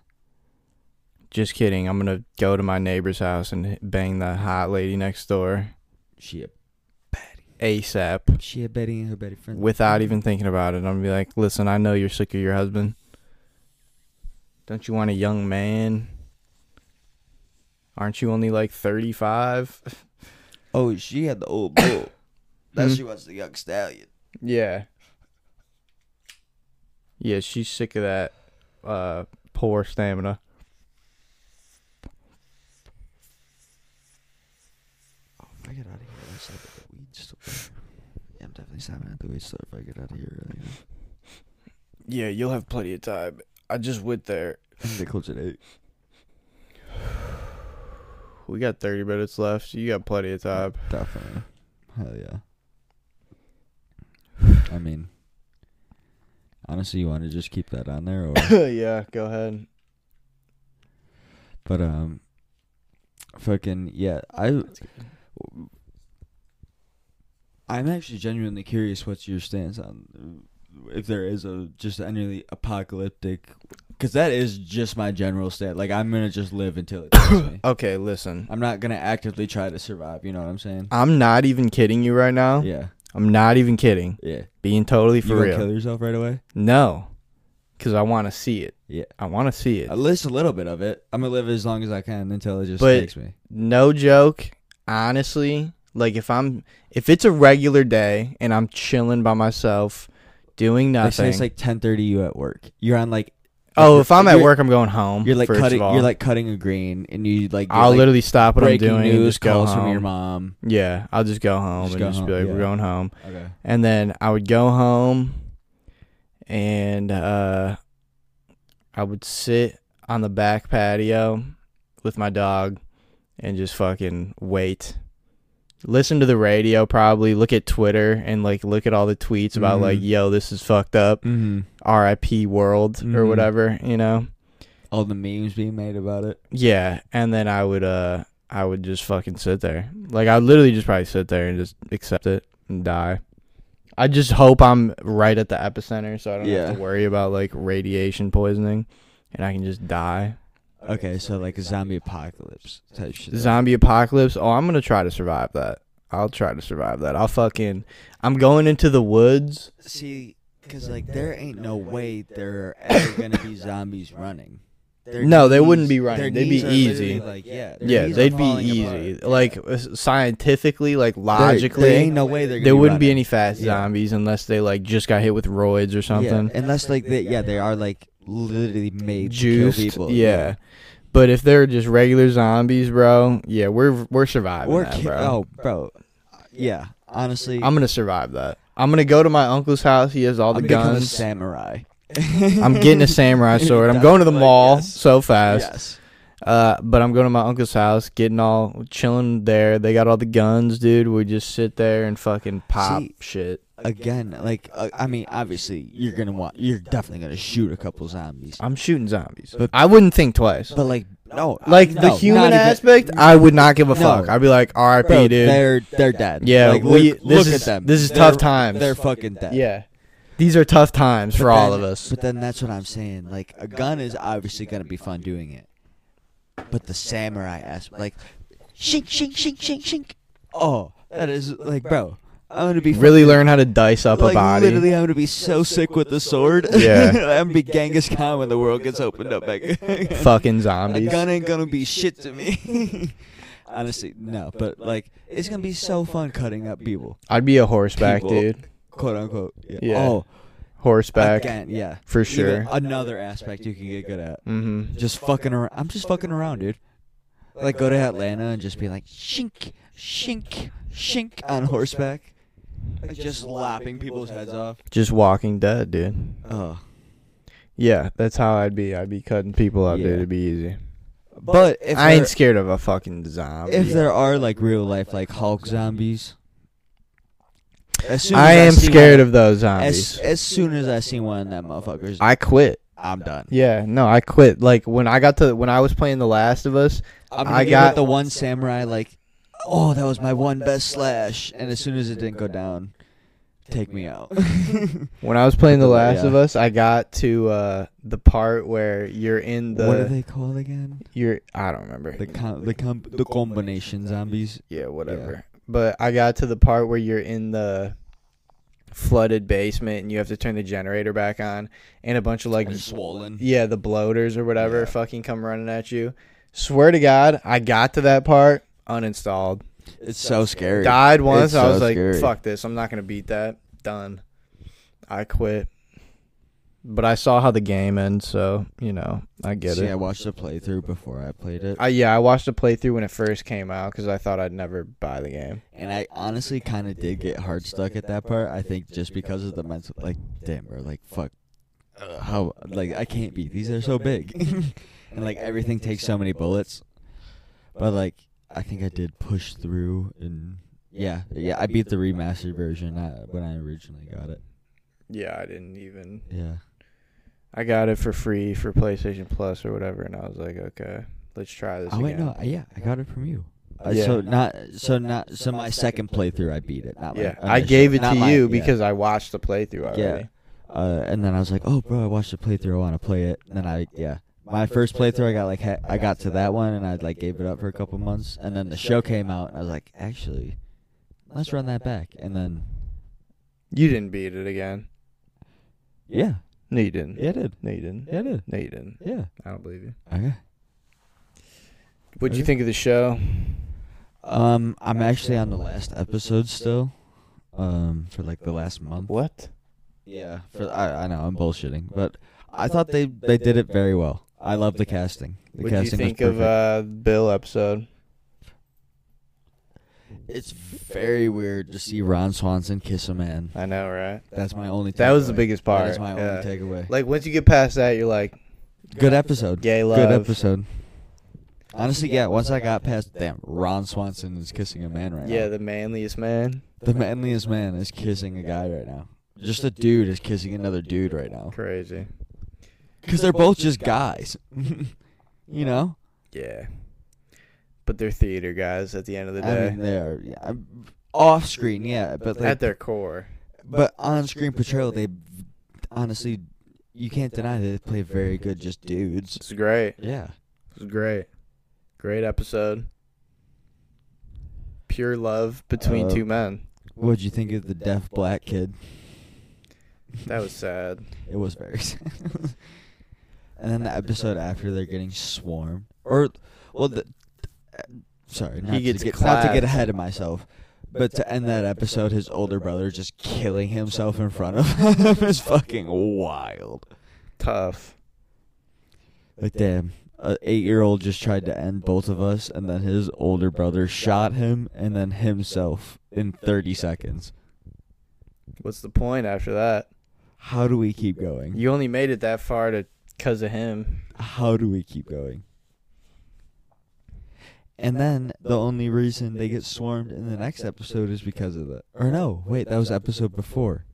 Speaker 1: Just kidding. I'm going to go to my neighbor's house and h- bang the hot lady next door
Speaker 2: She a
Speaker 1: ASAP
Speaker 2: she a Betty and her Betty friend
Speaker 1: without even thinking about it. I'm going to be like, listen, I know you're sick of your husband. Don't you want a young man? Aren't you only like 35? *laughs*
Speaker 2: Oh, she had the
Speaker 1: *coughs*
Speaker 2: old bull. now
Speaker 1: Hmm.
Speaker 2: she wants the young stallion.
Speaker 1: Yeah. Yeah, she's sick of that uh poor stamina.
Speaker 2: If I get out of here, I stop at the weed store. Yeah, I'm definitely stopping at the weed store if I get out of here early. *laughs*
Speaker 1: Yeah, you'll have plenty of time. I just went there.
Speaker 2: They close at eight.
Speaker 1: We got 30 minutes left. You got plenty of time.
Speaker 2: Definitely. Hell yeah. I mean, honestly, you want to just keep that on there, or
Speaker 1: *laughs* yeah, go ahead.
Speaker 2: but um, fucking yeah, I. I'm actually genuinely curious. What's your stance on uh, if there is a just any apocalyptic? Because that is just my general stance. Like I'm gonna just live until it
Speaker 1: *coughs*
Speaker 2: takes me.
Speaker 1: Okay, listen.
Speaker 2: I'm not gonna actively try to survive. You know what I'm saying?
Speaker 1: I'm not even kidding you right now.
Speaker 2: Yeah,
Speaker 1: I'm not even kidding.
Speaker 2: yeah.
Speaker 1: Being totally
Speaker 2: You
Speaker 1: Uh-huh. for
Speaker 2: gonna
Speaker 1: real.
Speaker 2: kill yourself right away?
Speaker 1: No. Cuz I want to see it.
Speaker 2: Yeah.
Speaker 1: I want to see it.
Speaker 2: At least a little bit of it. I'm gonna live as long as I can until it just
Speaker 1: But-
Speaker 2: takes me.
Speaker 1: no joke honestly like if i'm if it's a regular day and i'm chilling by myself doing
Speaker 2: Like,
Speaker 1: nothing
Speaker 2: say it's like 10:30. You at work. You're on like.
Speaker 1: oh if i'm at
Speaker 2: you're-
Speaker 1: work i'm going home
Speaker 2: You're like
Speaker 1: first
Speaker 2: cutting.
Speaker 1: of all.
Speaker 2: You're like cutting a green, and you like.
Speaker 1: i'll
Speaker 2: like,
Speaker 1: literally stop what i'm
Speaker 2: breaking
Speaker 1: doing and
Speaker 2: news
Speaker 1: just go
Speaker 2: calls
Speaker 1: home
Speaker 2: from your mom.
Speaker 1: yeah i'll just go home
Speaker 2: Just
Speaker 1: and
Speaker 2: go
Speaker 1: just be
Speaker 2: home,
Speaker 1: like we're
Speaker 2: yeah.
Speaker 1: going home
Speaker 2: Okay.
Speaker 1: and then i would go home and uh i would sit on the back patio with my dog and just fucking wait listen to the radio probably look at twitter and like look at all the tweets about
Speaker 2: Mhm.
Speaker 1: like yo this is fucked up
Speaker 2: Mm-hmm.
Speaker 1: rip world or
Speaker 2: Mhm.
Speaker 1: whatever you know
Speaker 2: All the memes being made about it.
Speaker 1: yeah and then i would uh i would just fucking sit there like i would literally just probably sit there and just accept it and die i just hope i'm right at the epicenter so i don't have
Speaker 2: Yeah.
Speaker 1: to worry about like radiation poisoning and i can just die
Speaker 2: Okay, so like a zombie apocalypse type shit.
Speaker 1: zombie apocalypse. Oh, I'm gonna try to survive that. I'll try to survive that. I'll fucking. I'm going into the woods.
Speaker 2: See, because like there ain't no way there are ever gonna be zombies running. Their
Speaker 1: No, they
Speaker 2: knees-
Speaker 1: wouldn't be running.
Speaker 2: their
Speaker 1: They'd be
Speaker 2: knees are literally,
Speaker 1: easy.
Speaker 2: Like, yeah, their
Speaker 1: yeah,
Speaker 2: knees are
Speaker 1: they'd be
Speaker 2: falling
Speaker 1: easy.
Speaker 2: apart.
Speaker 1: Like s- scientifically, like
Speaker 2: There-
Speaker 1: logically,
Speaker 2: there ain't no way they're.
Speaker 1: there
Speaker 2: gonna
Speaker 1: wouldn't be
Speaker 2: running.
Speaker 1: any fast
Speaker 2: Yeah.
Speaker 1: zombies unless they like just got hit with roids or something.
Speaker 2: Yeah, unless like they, yeah, they are like literally made to kill
Speaker 1: Juiced,
Speaker 2: people.
Speaker 1: yeah. But if they're just regular zombies, bro, yeah, we're we're surviving
Speaker 2: Or
Speaker 1: that,
Speaker 2: ki-
Speaker 1: bro.
Speaker 2: oh, bro.
Speaker 1: Uh,
Speaker 2: Yeah, honestly,
Speaker 1: I'm gonna survive that. I'm gonna go to my uncle's house. He has all the
Speaker 2: I'm becoming a
Speaker 1: guns.
Speaker 2: samurai.
Speaker 1: I'm getting a
Speaker 2: *laughs*
Speaker 1: samurai sword. I'm
Speaker 2: That's
Speaker 1: going to the
Speaker 2: like,
Speaker 1: mall
Speaker 2: yes.
Speaker 1: so fast.
Speaker 2: Yes.
Speaker 1: Uh, but I'm going to my uncle's house, getting all chilling there. They got all the guns, dude. We just sit there and fucking pop
Speaker 2: See-
Speaker 1: shit.
Speaker 2: Again, like uh, I mean, obviously you're gonna want, you're definitely gonna shoot a couple zombies.
Speaker 1: I'm shooting zombies.
Speaker 2: But-
Speaker 1: I wouldn't think twice.
Speaker 2: But like, no,
Speaker 1: like
Speaker 2: no,
Speaker 1: the
Speaker 2: not
Speaker 1: human
Speaker 2: even-
Speaker 1: aspect, I would not give a
Speaker 2: No.
Speaker 1: fuck. I'd be like, R.I.P.
Speaker 2: Bro,
Speaker 1: dude.
Speaker 2: They're they're dead.
Speaker 1: Yeah,
Speaker 2: Like,
Speaker 1: we-
Speaker 2: look,
Speaker 1: this
Speaker 2: look
Speaker 1: is-
Speaker 2: at them.
Speaker 1: this is
Speaker 2: They're-
Speaker 1: tough times.
Speaker 2: They're fucking dead.
Speaker 1: yeah, these are tough times
Speaker 2: But
Speaker 1: for all
Speaker 2: then-
Speaker 1: of us.
Speaker 2: But then that's what I'm saying. Like a gun is obviously gonna be fun doing it, but the samurai aspect, like, shink shink shink shink shink. Oh, that is like, bro, I'm gonna be
Speaker 1: Really learn how to dice up
Speaker 2: like,
Speaker 1: a body.
Speaker 2: Literally, I'm gonna be so sick with the sword.
Speaker 1: Yeah.
Speaker 2: *laughs* I'm gonna be Genghis Khan when the world gets opened up back. a
Speaker 1: Fucking *laughs* zombies.
Speaker 2: gun ain't gonna be shit to me. *laughs* Honestly, no. But like, it's gonna be so fun cutting up people,
Speaker 1: I'd be a horseback,
Speaker 2: People.
Speaker 1: dude.
Speaker 2: quote unquote. Yeah.
Speaker 1: Yeah.
Speaker 2: Oh,
Speaker 1: Horseback
Speaker 2: again, yeah.
Speaker 1: for
Speaker 2: Even
Speaker 1: sure.
Speaker 2: Another aspect you can get good at.
Speaker 1: hmm
Speaker 2: Just fucking around. I'm just fucking around, dude. Like go to Atlanta and just be like shink, shink, shink on horseback, like, just lopping people's heads off.
Speaker 1: Just Walking Dead, dude.
Speaker 2: Oh.
Speaker 1: Yeah, that's how I'd be. I'd be cutting people up, dude.
Speaker 2: Yeah.
Speaker 1: It'd be easy.
Speaker 2: But if
Speaker 1: I
Speaker 2: there-
Speaker 1: ain't scared of a fucking zombie.
Speaker 2: if there are like real life like Hulk zombies, as soon
Speaker 1: I am
Speaker 2: as see
Speaker 1: scared
Speaker 2: one,
Speaker 1: of those zombies.
Speaker 2: As, as soon as I see one of them motherfuckers,
Speaker 1: I quit.
Speaker 2: I'm done.
Speaker 1: Yeah, no, I quit. Like when I got to when I was playing The Last of Us,
Speaker 2: I'm
Speaker 1: I
Speaker 2: gonna give
Speaker 1: got-
Speaker 2: it the one samurai like, oh, that was my one best slash, and as soon as it didn't go down, take
Speaker 1: *laughs*
Speaker 2: me out.
Speaker 1: when I was playing The
Speaker 2: *laughs* Yeah.
Speaker 1: Last of Us, I got to uh the part where you're in
Speaker 2: what are
Speaker 1: the
Speaker 2: they called again?
Speaker 1: you're I don't remember.
Speaker 2: The com- the com- the combination zombies.
Speaker 1: yeah, whatever. But I got to the part where you're in the flooded basement and you have to turn the generator back on and a bunch of like
Speaker 2: swollen.
Speaker 1: yeah, the bloaters or whatever
Speaker 2: Yeah.
Speaker 1: fucking come running at you. Swear to God, I got to that part, uninstalled.
Speaker 2: It's so scary.
Speaker 1: Died once,
Speaker 2: It's
Speaker 1: I was
Speaker 2: so
Speaker 1: like,
Speaker 2: scary.
Speaker 1: fuck this, I'm not gonna beat that. Done. I quit. But I saw how the game ends, so you know, I get
Speaker 2: See,
Speaker 1: it.
Speaker 2: I watched the playthrough before I played it.
Speaker 1: I, yeah, I watched the playthrough when it first came out because I thought I'd never buy the game.
Speaker 2: And I honestly kind of did get hard stuck at that part. I think just because of the mental, like, damn, bro, like, fuck, uh, how, like, I can't beat these. They're so big, *laughs* and like everything takes so many bullets. But like, I think I did push through, and yeah, yeah, I beat the remastered version uh, when I originally got it.
Speaker 1: Yeah, I didn't even.
Speaker 2: Yeah,
Speaker 1: I got it for free for PlayStation Plus or whatever, and I was like, okay, let's try this
Speaker 2: oh wait,
Speaker 1: again.
Speaker 2: no, yeah, I got it from you. Uh,
Speaker 1: Yeah.
Speaker 2: So not, so not, so my second playthrough, I beat it. Not my
Speaker 1: Yeah, I
Speaker 2: initial-
Speaker 1: gave it
Speaker 2: not
Speaker 1: to
Speaker 2: my-
Speaker 1: you
Speaker 2: yeah.
Speaker 1: because I watched the playthrough already.
Speaker 2: Yeah. Uh, and then I was like, oh, bro, I watched the playthrough. I want to play it. And then I, yeah, my first playthrough, I got like, ha- I got to that one, and I like gave it up for a couple months. And then the show came out, and I was like, actually, let's run that back. And then,
Speaker 1: You didn't beat it again.
Speaker 2: yeah,
Speaker 1: No, you didn't.
Speaker 2: it did.
Speaker 1: No, you didn't.
Speaker 2: It did.
Speaker 1: No, you didn't.
Speaker 2: Yeah.
Speaker 1: I don't believe you.
Speaker 2: Okay.
Speaker 1: What'd you
Speaker 2: Okay.
Speaker 1: think of the show?
Speaker 2: Um, I'm actually on the last episode still. Um, for like the last month.
Speaker 1: What?
Speaker 2: Yeah. For I, I know I'm bullshitting, but I thought they they did it very well. I love the casting. The
Speaker 1: What do you
Speaker 2: casting
Speaker 1: think
Speaker 2: was
Speaker 1: of
Speaker 2: perfect.
Speaker 1: uh, Bill episode?
Speaker 2: It's very weird to see Ron Swanson kiss a man.
Speaker 1: I know, right?
Speaker 2: That's my only.
Speaker 1: That was the
Speaker 2: takeaway.
Speaker 1: biggest part.
Speaker 2: That is my
Speaker 1: yeah.
Speaker 2: only takeaway.
Speaker 1: Like once you get past that, you're like
Speaker 2: Good episode.
Speaker 1: gay love.
Speaker 2: Good episode. Honestly, yeah. Once I got past, damn, Ron Swanson is kissing a man right now.
Speaker 1: Yeah, the manliest man.
Speaker 2: the manliest man is kissing a guy right now. Just a dude is kissing another dude right now.
Speaker 1: Crazy.
Speaker 2: Because they're both just guys. *laughs* you know.
Speaker 1: Yeah. But they're theater guys at the end of the
Speaker 2: I
Speaker 1: day.
Speaker 2: mean, they are yeah, I'm- off screen, yeah, but like,
Speaker 1: at their core.
Speaker 2: but on screen portrayal, they honestly, you can't deny they play very good, just dudes.
Speaker 1: It's great.
Speaker 2: Yeah.
Speaker 1: It was great. Great episode. Pure love between
Speaker 2: Uh,
Speaker 1: two men.
Speaker 2: What'd you think of the deaf black kid? *laughs*
Speaker 1: That was sad.
Speaker 2: It was very sad. *laughs* and then the episode after they're getting swarmed, or well, the, sorry, not,
Speaker 1: gets
Speaker 2: to get, not to
Speaker 1: clapped.
Speaker 2: get ahead of myself, but to end that episode, his older brother just killing himself in front of *laughs* him is fucking wild.
Speaker 1: Tough.
Speaker 2: Like damn, a eight-year-old just tried to end both of us, and then his older brother shot him, and then himself in thirty seconds.
Speaker 1: What's the point after that?
Speaker 2: How do we keep going?
Speaker 1: You only made it that far to because of him.
Speaker 2: How do we keep going? And then the only reason they get swarmed in the next episode is because of that. Or no, wait, that was episode before.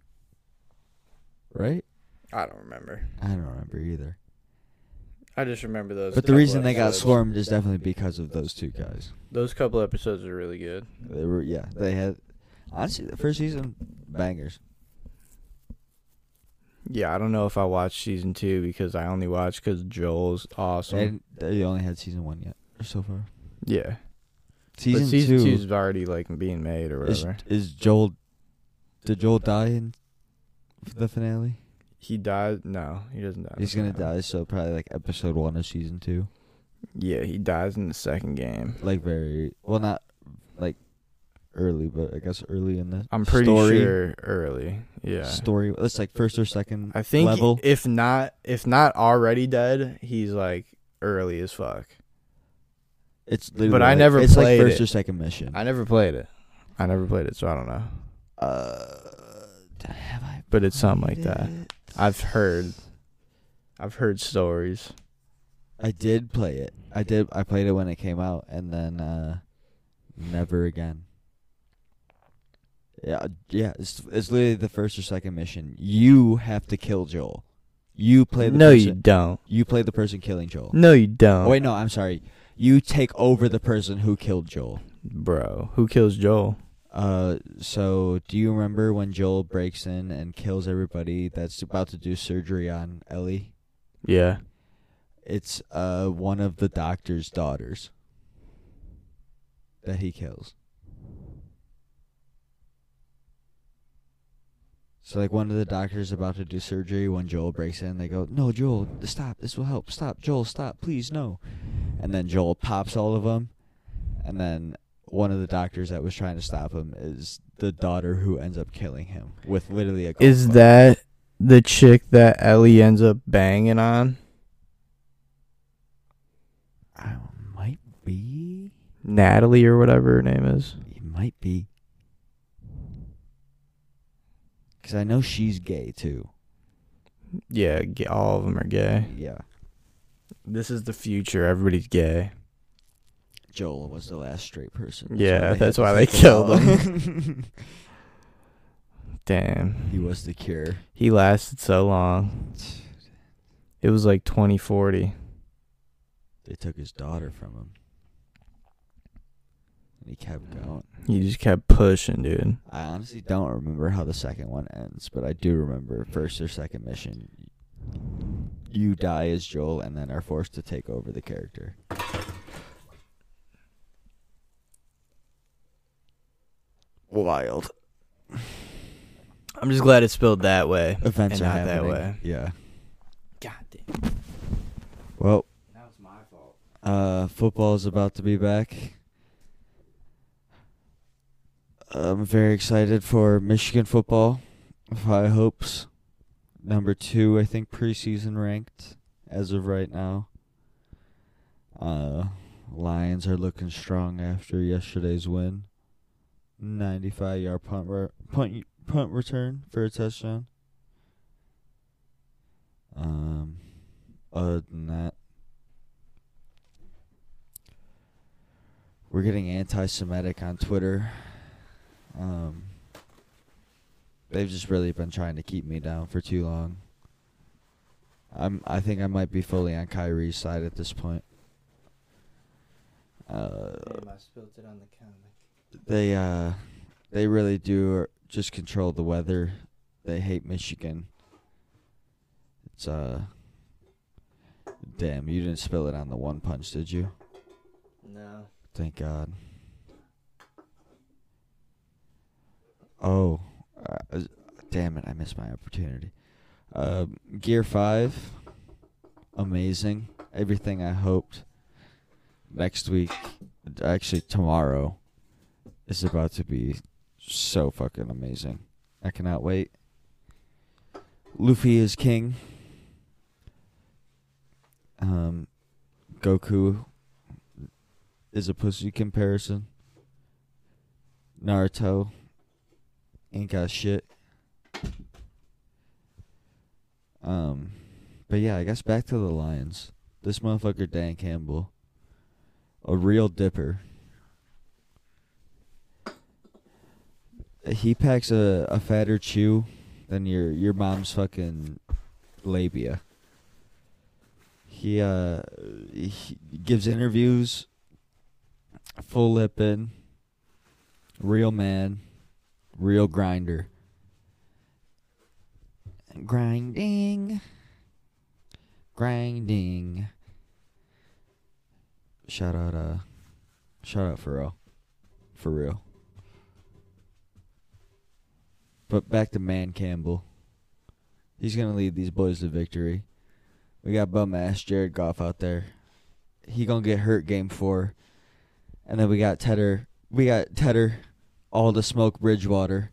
Speaker 2: Right?
Speaker 1: I don't remember.
Speaker 2: I don't remember either.
Speaker 1: I just remember those.
Speaker 2: But the
Speaker 1: couple
Speaker 2: reason they got
Speaker 1: episodes.
Speaker 2: swarmed is definitely because of those two guys.
Speaker 1: Those couple episodes are really good.
Speaker 2: They were yeah, they had honestly the first season bangers.
Speaker 1: Yeah, I don't know if I watched season two because I only watched because Joel's awesome.
Speaker 2: They, they only had season 1 yet so far.
Speaker 1: yeah,
Speaker 2: Season,
Speaker 1: but season
Speaker 2: 2
Speaker 1: two's already like being made or
Speaker 2: is,
Speaker 1: whatever.
Speaker 2: is Joel did Joel die in the finale?
Speaker 1: He died. No, he doesn't die. in
Speaker 2: He's
Speaker 1: the
Speaker 2: gonna
Speaker 1: finale.
Speaker 2: die, so probably like episode one of season two.
Speaker 1: Yeah, he dies in the second game.
Speaker 2: Like very well, not like early, but I guess early in the.
Speaker 1: I'm pretty
Speaker 2: story,
Speaker 1: sure early. Yeah.
Speaker 2: Story. That's like first or second.
Speaker 1: I think
Speaker 2: level.
Speaker 1: if not if not already dead, he's like early as fuck.
Speaker 2: it's literally
Speaker 1: I
Speaker 2: like-
Speaker 1: never
Speaker 2: It's
Speaker 1: played
Speaker 2: like first
Speaker 1: it.
Speaker 2: or second mission.
Speaker 1: I never played it. I never played it, so I don't know.
Speaker 2: uh, have I?
Speaker 1: But it's something like
Speaker 2: played
Speaker 1: that.
Speaker 2: it?
Speaker 1: I've heard. I've heard stories.
Speaker 2: I did play it. I did. I played it when it came out, and then uh, never again. Yeah, yeah. It's it's literally the first or second mission. You have to kill Joel. You play the
Speaker 1: no,
Speaker 2: person,
Speaker 1: you don't.
Speaker 2: you play the person killing Joel.
Speaker 1: No, you don't.
Speaker 2: Oh, wait, no, I'm sorry. You take over the person who killed Joel.
Speaker 1: bro. Who kills Joel?
Speaker 2: Uh, so do you remember when Joel breaks in and kills everybody that's about to do surgery on Ellie?
Speaker 1: Yeah.
Speaker 2: It's uh one of the doctor's daughters that he kills. So like one of the doctors about to do surgery when Joel breaks in, they go, "No, Joel, stop. This will help. Stop, Joel, stop. Please, no." And then Joel pops all of them. And then one of the doctors that was trying to stop him is the daughter who ends up killing him with literally a
Speaker 1: Is
Speaker 2: golf club.
Speaker 1: that the chick that Ellie ends up banging on?
Speaker 2: I might be
Speaker 1: Natalie or whatever her name is.
Speaker 2: It might be. Because I know she's gay too.
Speaker 1: Yeah, ga- all of them are gay.
Speaker 2: Yeah.
Speaker 1: This is the future. Everybody's gay.
Speaker 2: Joel was the last straight person.
Speaker 1: Yeah, that's
Speaker 2: had to
Speaker 1: why they
Speaker 2: take
Speaker 1: killed
Speaker 2: *laughs* him. out.
Speaker 1: Damn.
Speaker 2: he was the cure.
Speaker 1: He lasted so long. It was like 2040.
Speaker 2: They took his daughter from him. And he kept going.
Speaker 1: He just kept pushing, dude.
Speaker 2: I honestly don't remember how the second one ends, but I do remember first or second mission. You die as Joel and then are forced to take over the character. Wild.
Speaker 1: I'm just glad it's spelled that way.
Speaker 2: Events
Speaker 1: And
Speaker 2: are
Speaker 1: not that
Speaker 2: happening.
Speaker 1: way.
Speaker 2: Yeah.
Speaker 1: God damn.
Speaker 2: Well,
Speaker 1: Now it's my fault.
Speaker 2: uh, football is about to be back. I'm very excited for Michigan football. High hopes. Number two, I think, preseason ranked as of right now. Uh, Lions are looking strong after yesterday's win. 95 yard punt, re- punt, punt return for a touchdown. Um, other than that, we're getting anti-Semitic on Twitter. Um, they've just really been trying to keep me down for too long. I'm. I think I might be fully on Kyrie's side at this point. Uh,
Speaker 1: I spilled it on the counter.
Speaker 2: they uh, they really do just control the weather. They hate Michigan. It's uh. Damn, you didn't spill it on the one punch, did you?
Speaker 1: No.
Speaker 2: Thank God. Oh, uh, Uh, is- damn it! I missed my opportunity. Um, Gear Five amazing. Everything I hoped. Next week, actually tomorrow, is about to be so fucking amazing. I cannot wait. Luffy is king. Um, Goku is a pussy comparison. Naruto ain't got shit. Um, but yeah, I guess back to the Lions. This motherfucker Dan Campbell, a real dipper. He packs a, a fatter chew than your your mom's fucking labia. He uh he gives interviews, full lipping, real man, real grinder. Grinding. Grinding. Shout out uh shout out Pharrell. For real. But back to Man Campbell. He's gonna lead these boys to victory. We got bum ass Jared Goff out there. He gonna get hurt game four. And then we got Tedder we got Tedder all the smoke Bridgewater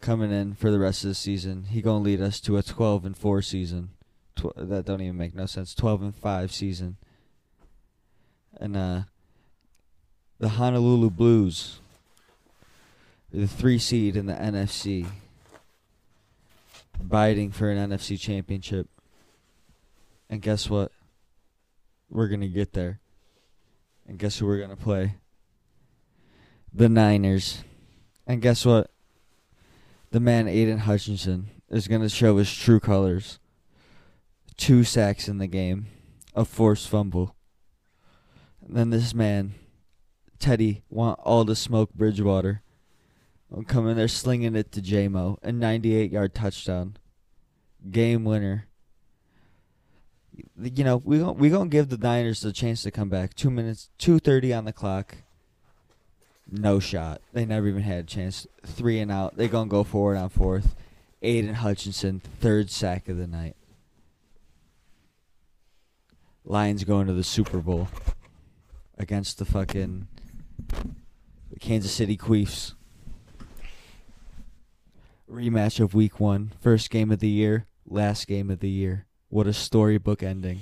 Speaker 2: coming in for the rest of the season. He gonna lead us to a twelve and four season. Tw- that don't even make no sense. Twelve and five season. And uh, the Honolulu Blues, the three seed in the NFC, biting for an NFC championship. And guess what? We're gonna get there. And guess who we're gonna play? The Niners. And guess what? The man Aiden Hutchinson is going to show his true colors. Two sacks in the game, a forced fumble. And then this man, Teddy, want all the smoke Bridgewater. will come in there slinging it to J-Mo, a 98-yard touchdown. Game winner. You know, we gon' we going to give the Niners the chance to come back. 2 minutes, 2:30 on the clock no shot. They never even had a chance. Three and out. They gonna go forward on fourth. Aiden Hutchinson, third sack of the night. Lions going to the Super Bowl against the fucking Kansas City Queefs. Rematch of week one, first game of the year, last game of the year. What a storybook ending.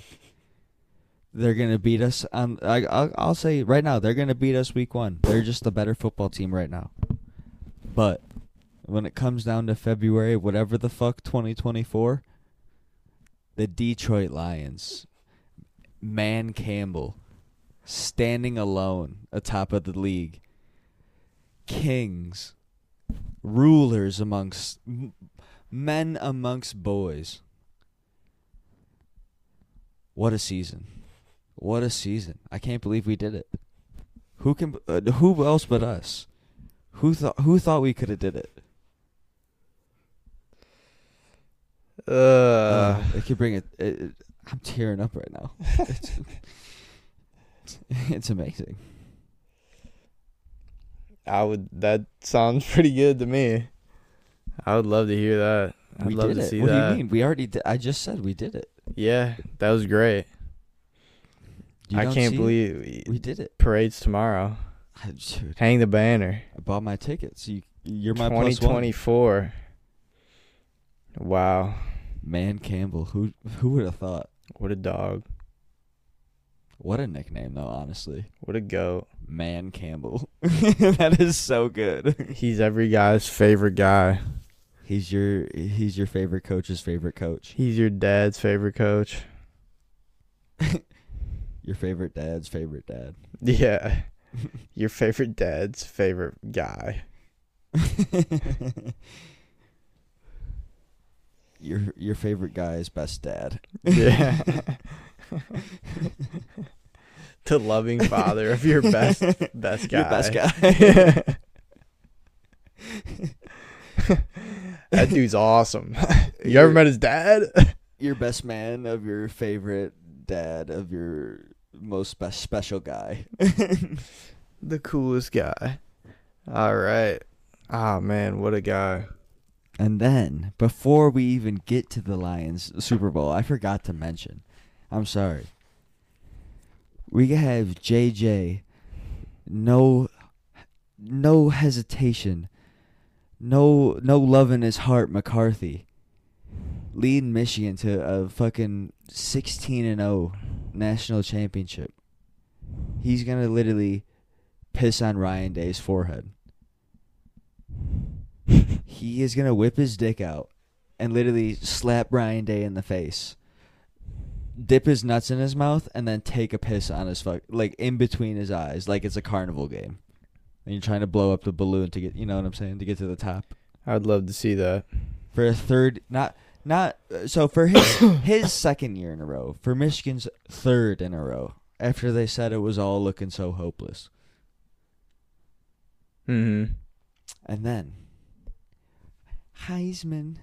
Speaker 2: They're gonna beat us on. I, I'll, I'll say right now, they're gonna beat us week one. They're just the better football team right now. But when it comes down to February, whatever the fuck, 2024, the Detroit Lions, Man Campbell, standing alone atop of the league, kings, rulers amongst m- men amongst boys. What a season! What a season! I can't believe we did it. Who can? Uh, who else but us? Who thought? Who thought we could have did it?
Speaker 1: Uh,
Speaker 2: Uh, it could bring it, it, it- I'm tearing up
Speaker 1: *laughs*
Speaker 2: right now. it's, it's amazing.
Speaker 1: I would. That sounds *laughs* pretty good to me. I would love to hear that. I'd
Speaker 2: we
Speaker 1: love
Speaker 2: did
Speaker 1: to
Speaker 2: it.
Speaker 1: see
Speaker 2: what
Speaker 1: that.
Speaker 2: do you mean? We already. Did, I just said we did it.
Speaker 1: Yeah, that was great.
Speaker 2: You
Speaker 1: I
Speaker 2: don't
Speaker 1: can't
Speaker 2: see it?
Speaker 1: believe
Speaker 2: we did it.
Speaker 1: parades tomorrow.
Speaker 2: I, dude,
Speaker 1: Hang the banner.
Speaker 2: I bought my tickets. You, you're my
Speaker 1: Twenty
Speaker 2: plus one.
Speaker 1: twenty four. Wow,
Speaker 2: Man Campbell. Who who would have thought?
Speaker 1: what a dog!
Speaker 2: What a nickname, though. Honestly,
Speaker 1: What a goat!
Speaker 2: Man Campbell. *laughs* that is so good.
Speaker 1: He's every guy's favorite guy.
Speaker 2: *laughs* He's your he's your favorite coach's favorite coach.
Speaker 1: He's your dad's favorite coach. *laughs*
Speaker 2: Your favorite dad's favorite *laughs* dad.
Speaker 1: *laughs* Yeah, your favorite dad's favorite guy.
Speaker 2: your your favorite guy's best *laughs* dad.
Speaker 1: Yeah. the loving father of your *laughs* best best guy.
Speaker 2: Your best guy.
Speaker 1: that dude's *laughs* awesome. You ever met his dad?
Speaker 2: *laughs* your best man of your favorite dad of your most best special guy.
Speaker 1: *laughs*
Speaker 2: *laughs*
Speaker 1: The coolest guy. All right. Ah man, what a guy.
Speaker 2: And then, before we even get to the Lions Super Bowl, I forgot to mention I'm sorry. We have JJ. No, no hesitation. No, no love in his heart. McCarthy leading Michigan to a fucking 16 and 0 national championship. He's gonna literally piss on Ryan Day's forehead. He is gonna whip his dick out and literally slap Ryan Day in the face, dip his nuts in his mouth, and then take a piss on his fuck like in between his eyes, like it's a carnival game. And you're trying to blow up the balloon to get you know what I'm saying, to get to the top
Speaker 1: I'd love to see that.
Speaker 2: for a third not not uh, so for his *coughs* his second year in a row for Michigan's third in a row after they said it was all looking so hopeless
Speaker 1: hmm
Speaker 2: and then Heisman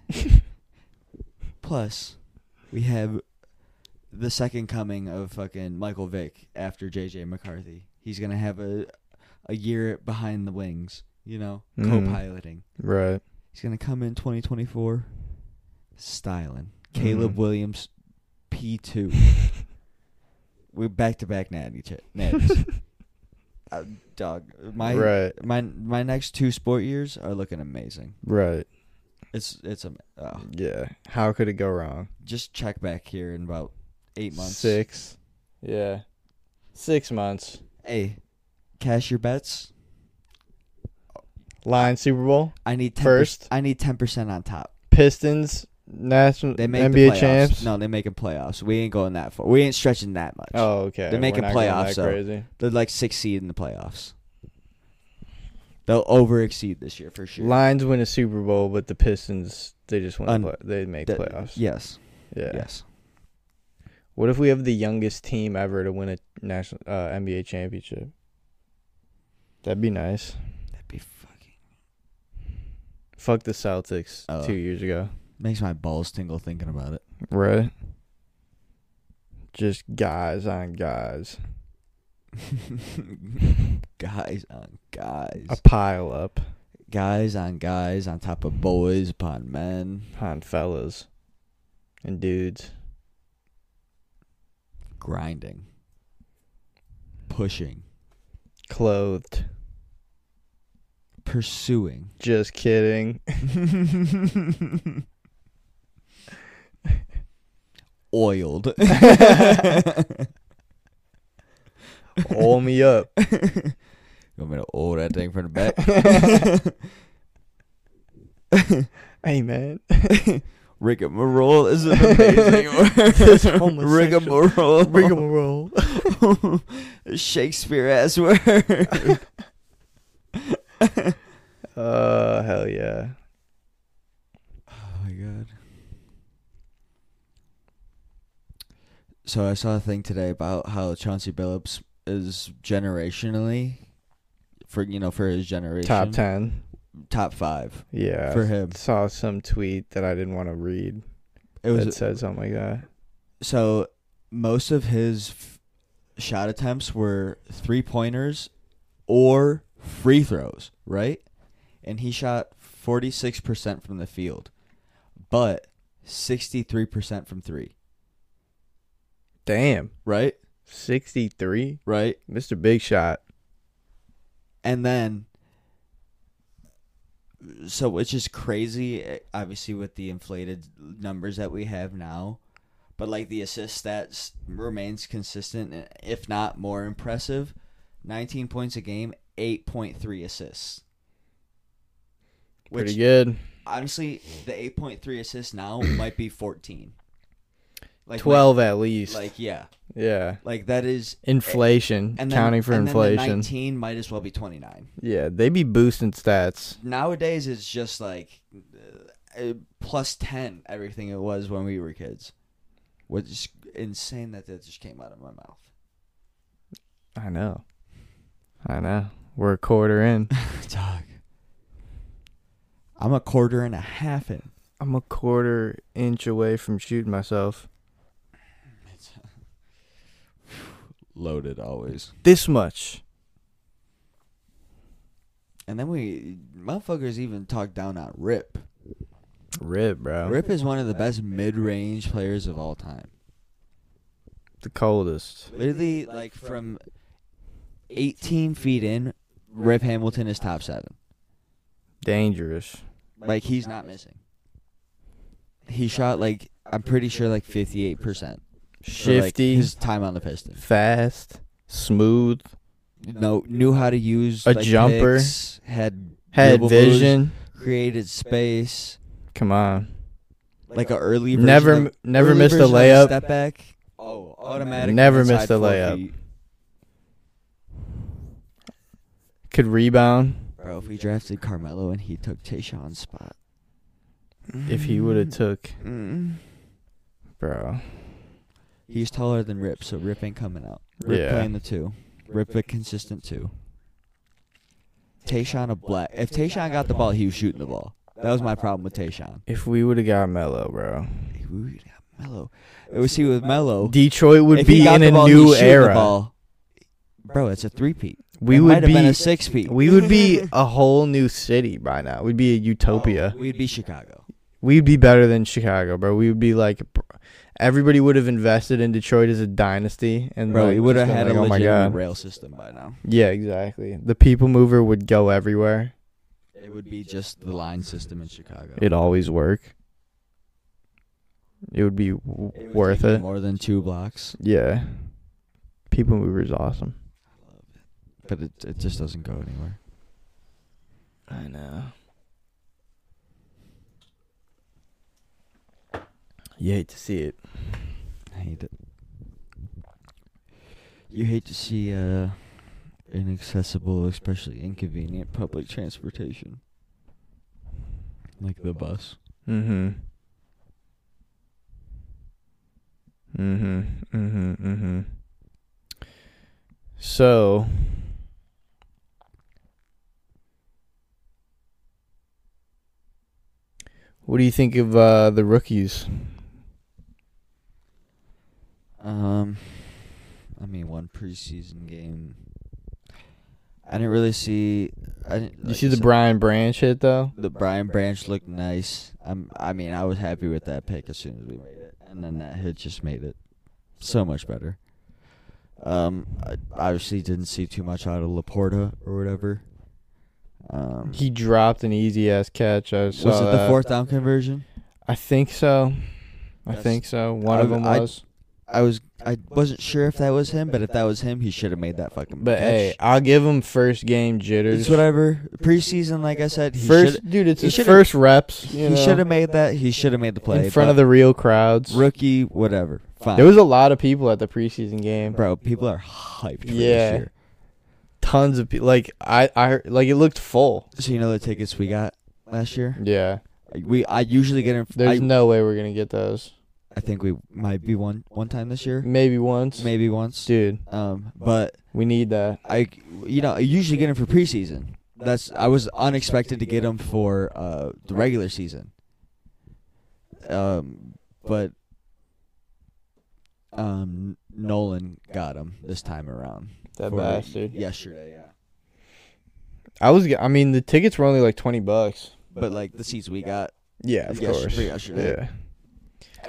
Speaker 2: plus we have the second coming of fucking Michael Vick after JJ McCarthy he's going to have a a year behind the wings you know
Speaker 1: Mhm.
Speaker 2: co-piloting
Speaker 1: Right.
Speaker 2: He's gonna come in 2024, styling Caleb
Speaker 1: Mhm.
Speaker 2: Williams, P two. We're back to back natty ch- natties. uh, dog, my
Speaker 1: right.
Speaker 2: my my next two sport years are looking amazing.
Speaker 1: Right.
Speaker 2: It's it's am- oh,
Speaker 1: Yeah. How could it go wrong?
Speaker 2: just check back here in about eight months.
Speaker 1: Six. Yeah. Six months.
Speaker 2: Hey, cash your bets.
Speaker 1: Line Super Bowl.
Speaker 2: I need 10
Speaker 1: First.
Speaker 2: I need ten percent on top.
Speaker 1: Pistons. National
Speaker 2: They make the
Speaker 1: NBA
Speaker 2: playoffs.
Speaker 1: champs.
Speaker 2: No, they making playoffs. We ain't going that far. We ain't stretching that much.
Speaker 1: Oh, okay.
Speaker 2: They're
Speaker 1: We're
Speaker 2: making
Speaker 1: not going
Speaker 2: playoffs,
Speaker 1: That
Speaker 2: though.
Speaker 1: crazy.
Speaker 2: They're like sixth seed in the playoffs. They'll over exceed this year for sure.
Speaker 1: Lions win a Super Bowl, but the Pistons they just win.
Speaker 2: Un-
Speaker 1: play- they make
Speaker 2: That-
Speaker 1: playoffs.
Speaker 2: Yes.
Speaker 1: yeah.
Speaker 2: Yes.
Speaker 1: What if we have the youngest team ever to win a national uh, NBA championship? That'd be nice.
Speaker 2: That'd be fucking
Speaker 1: Fuck the Celtics
Speaker 2: Oh.
Speaker 1: two years ago,
Speaker 2: makes my balls tingle thinking about it. *laughs*
Speaker 1: right? Just guys on guys,
Speaker 2: guys on guys.
Speaker 1: a pile up
Speaker 2: guys on guys on top of boys upon men.
Speaker 1: on fellas and dudes.
Speaker 2: Grinding. Pushing.
Speaker 1: Clothed.
Speaker 2: Pursuing.
Speaker 1: Just kidding.
Speaker 2: Oiled.
Speaker 1: Hold me up.
Speaker 2: You want me to oil that thing from the back?
Speaker 1: *laughs* Hey *laughs* man.
Speaker 2: Rigmarole is an amazing
Speaker 1: This
Speaker 2: word.
Speaker 1: homosexual-
Speaker 2: *laughs* Rigmarole.
Speaker 1: Bring him a roll.
Speaker 2: *laughs* Shakespeare ass word.
Speaker 1: Uh hell yeah.
Speaker 2: oh my god. So I saw a thing today about how Chauncey Billups is generationally, for you know, for his generation,
Speaker 1: Top ten.
Speaker 2: top five
Speaker 1: Yeah.
Speaker 2: for him.
Speaker 1: saw some tweet that I didn't want to read
Speaker 2: It was
Speaker 1: that said something like that.
Speaker 2: so most of his f- shot attempts were three pointers or free throws, right? And he shot 46% from the field, but 63% from three,
Speaker 1: Damn.
Speaker 2: right?
Speaker 1: Sixty three?
Speaker 2: Right?
Speaker 1: Mr. Big Shot.
Speaker 2: And then, so it's just crazy, eh, obviously, with the inflated numbers that we have now. But like the assist stats remains consistent, eh, if not more impressive. 19 points a game, 8.3 assists.
Speaker 1: Pretty
Speaker 2: Which
Speaker 1: good.
Speaker 2: honestly, the 8.3
Speaker 1: *coughs*
Speaker 2: assists now might be 14. Like
Speaker 1: Twelve at least.
Speaker 2: Like, like yeah,
Speaker 1: yeah.
Speaker 2: like that is
Speaker 1: Inflation.
Speaker 2: and then,
Speaker 1: counting for
Speaker 2: and then the
Speaker 1: inflation.
Speaker 2: 19 might as well be 29.
Speaker 1: yeah, they be boosting stats.
Speaker 2: nowadays it's just like uh, plus 10 everything it was when we were kids which is insane that that just came out of my mouth
Speaker 1: I know. I know. We're a quarter in.
Speaker 2: dog i'm a quarter and a half in
Speaker 1: *laughs* I'm a quarter inch away from shooting myself.
Speaker 2: loaded always
Speaker 1: This much.
Speaker 2: and then we motherfuckers even talk down on rip
Speaker 1: Rip, bro.
Speaker 2: Oh. rip is one of the best mid-range players of all time
Speaker 1: the coldest.
Speaker 2: Literally, like from 18 feet in, Rip Hamilton is top seven.
Speaker 1: Dangerous.
Speaker 2: Like he's not missing. He shot like I'm pretty sure like 58 percent.
Speaker 1: Shifty,
Speaker 2: his time on the Pistons.
Speaker 1: fast, smooth,
Speaker 2: No, knew how to use
Speaker 1: A
Speaker 2: like,
Speaker 1: jumper.
Speaker 2: picks, had
Speaker 1: had
Speaker 2: dribble moves,
Speaker 1: vision.
Speaker 2: created space,
Speaker 1: Come on.
Speaker 2: like a early version
Speaker 1: Never
Speaker 2: of-
Speaker 1: m never
Speaker 2: early
Speaker 1: missed a
Speaker 2: version of
Speaker 1: layup.
Speaker 2: step back. Oh, automatic.
Speaker 1: Never
Speaker 2: inside
Speaker 1: missed a
Speaker 2: four
Speaker 1: layup.
Speaker 2: feet.
Speaker 1: Could rebound
Speaker 2: Bro, if we drafted Carmelo and he took Tayshawn's spot,
Speaker 1: if he would have took,
Speaker 2: Mm.
Speaker 1: bro.
Speaker 2: He's taller than Rip, so Rip ain't coming out. Rip
Speaker 1: Yeah.
Speaker 2: playing the two. Rip a consistent two. Tayshawn a black. If Tayshawn got the ball, he was shooting the ball. That was my problem with Tayshawn.
Speaker 1: If we would have got Melo, bro,
Speaker 2: He would have Melo. It was he with Melo.
Speaker 1: Detroit would
Speaker 2: if he
Speaker 1: be
Speaker 2: got
Speaker 1: in
Speaker 2: the
Speaker 1: a
Speaker 2: ball, he
Speaker 1: new
Speaker 2: was shooting the
Speaker 1: era.
Speaker 2: ball. Bro, it's a three peat.
Speaker 1: We
Speaker 2: it might
Speaker 1: would
Speaker 2: have been
Speaker 1: be
Speaker 2: a six peat.
Speaker 1: we would be *laughs* a whole new city by now. We'd be a utopia.
Speaker 2: We'd be Chicago.
Speaker 1: We'd be better than Chicago, bro. We would be like everybody would have invested in Detroit as a dynasty, and
Speaker 2: Bro,
Speaker 1: like,
Speaker 2: we would have
Speaker 1: just been like,
Speaker 2: had a
Speaker 1: oh my
Speaker 2: legitimate
Speaker 1: god,
Speaker 2: rail system by now.
Speaker 1: yeah, exactly. The people mover would go everywhere.
Speaker 2: It would be just the line system in Chicago.
Speaker 1: It'd always work. It would be w-
Speaker 2: It would
Speaker 1: worth
Speaker 2: take me
Speaker 1: it.
Speaker 2: More than two blocks.
Speaker 1: Yeah. People mover is awesome.
Speaker 2: But it, it just doesn't go anywhere.
Speaker 1: I know. You hate to see it.
Speaker 2: I hate it. You hate to see uh, inaccessible, especially inconvenient public transportation. Like the bus.
Speaker 1: Mm-hmm. Mm-hmm. Mm-hmm. Mm-hmm. So what do you think of uh, the rookies?
Speaker 2: Um, I mean, one preseason game. I didn't really see. I didn't.
Speaker 1: You
Speaker 2: like
Speaker 1: see
Speaker 2: I
Speaker 1: the
Speaker 2: said,
Speaker 1: Brian Branch hit though?
Speaker 2: The Brian Branch looked nice. I'm. I mean, I was happy with that pick as soon as we made it, and then that hit just made it so much better. Um, I obviously didn't see too much out of Laporta or whatever. Um,
Speaker 1: He dropped an easy ass catch. I
Speaker 2: was
Speaker 1: saw
Speaker 2: it the
Speaker 1: that.
Speaker 2: fourth down conversion?
Speaker 1: I think so. I
Speaker 2: That's-
Speaker 1: think so. One
Speaker 2: I-
Speaker 1: of them
Speaker 2: I-
Speaker 1: was.
Speaker 2: I was. I wasn't sure if that was him, but if that was him, he should have made that fucking.
Speaker 1: But
Speaker 2: catch.
Speaker 1: hey, I'll give him first game
Speaker 2: it's
Speaker 1: jitters.
Speaker 2: whatever. Preseason, like I said, he should.
Speaker 1: first, dude, it's
Speaker 2: he
Speaker 1: his
Speaker 2: should've-
Speaker 1: first reps. you know,
Speaker 2: he should have made that. He should have made the play
Speaker 1: in front of the real crowds.
Speaker 2: rookie, whatever. Fine.
Speaker 1: There was a lot of people at the preseason game.
Speaker 2: bro. People are hyped. For
Speaker 1: Yeah.
Speaker 2: This year.
Speaker 1: Tons of people. Like I, I, like it looked full.
Speaker 2: So you know the tickets we got last year.
Speaker 1: Yeah,
Speaker 2: We I usually get in.
Speaker 1: there's
Speaker 2: I,
Speaker 1: no way we're gonna get those.
Speaker 2: I think we might be one one time this year,
Speaker 1: Maybe once,
Speaker 2: maybe once.
Speaker 1: dude.
Speaker 2: Um, but
Speaker 1: We need that.
Speaker 2: I you know I usually get in for preseason. That's I was unexpected to get him for uh the regular season. Um, but um Nolan got him this time around.
Speaker 1: That
Speaker 2: for
Speaker 1: bastard.
Speaker 2: Yesterday, yeah.
Speaker 1: I was. g- I mean, the tickets were only like twenty bucks.
Speaker 2: But like the seats we got,
Speaker 1: Yeah, of
Speaker 2: Yes-
Speaker 1: course.
Speaker 2: for yesterday.
Speaker 1: Yeah.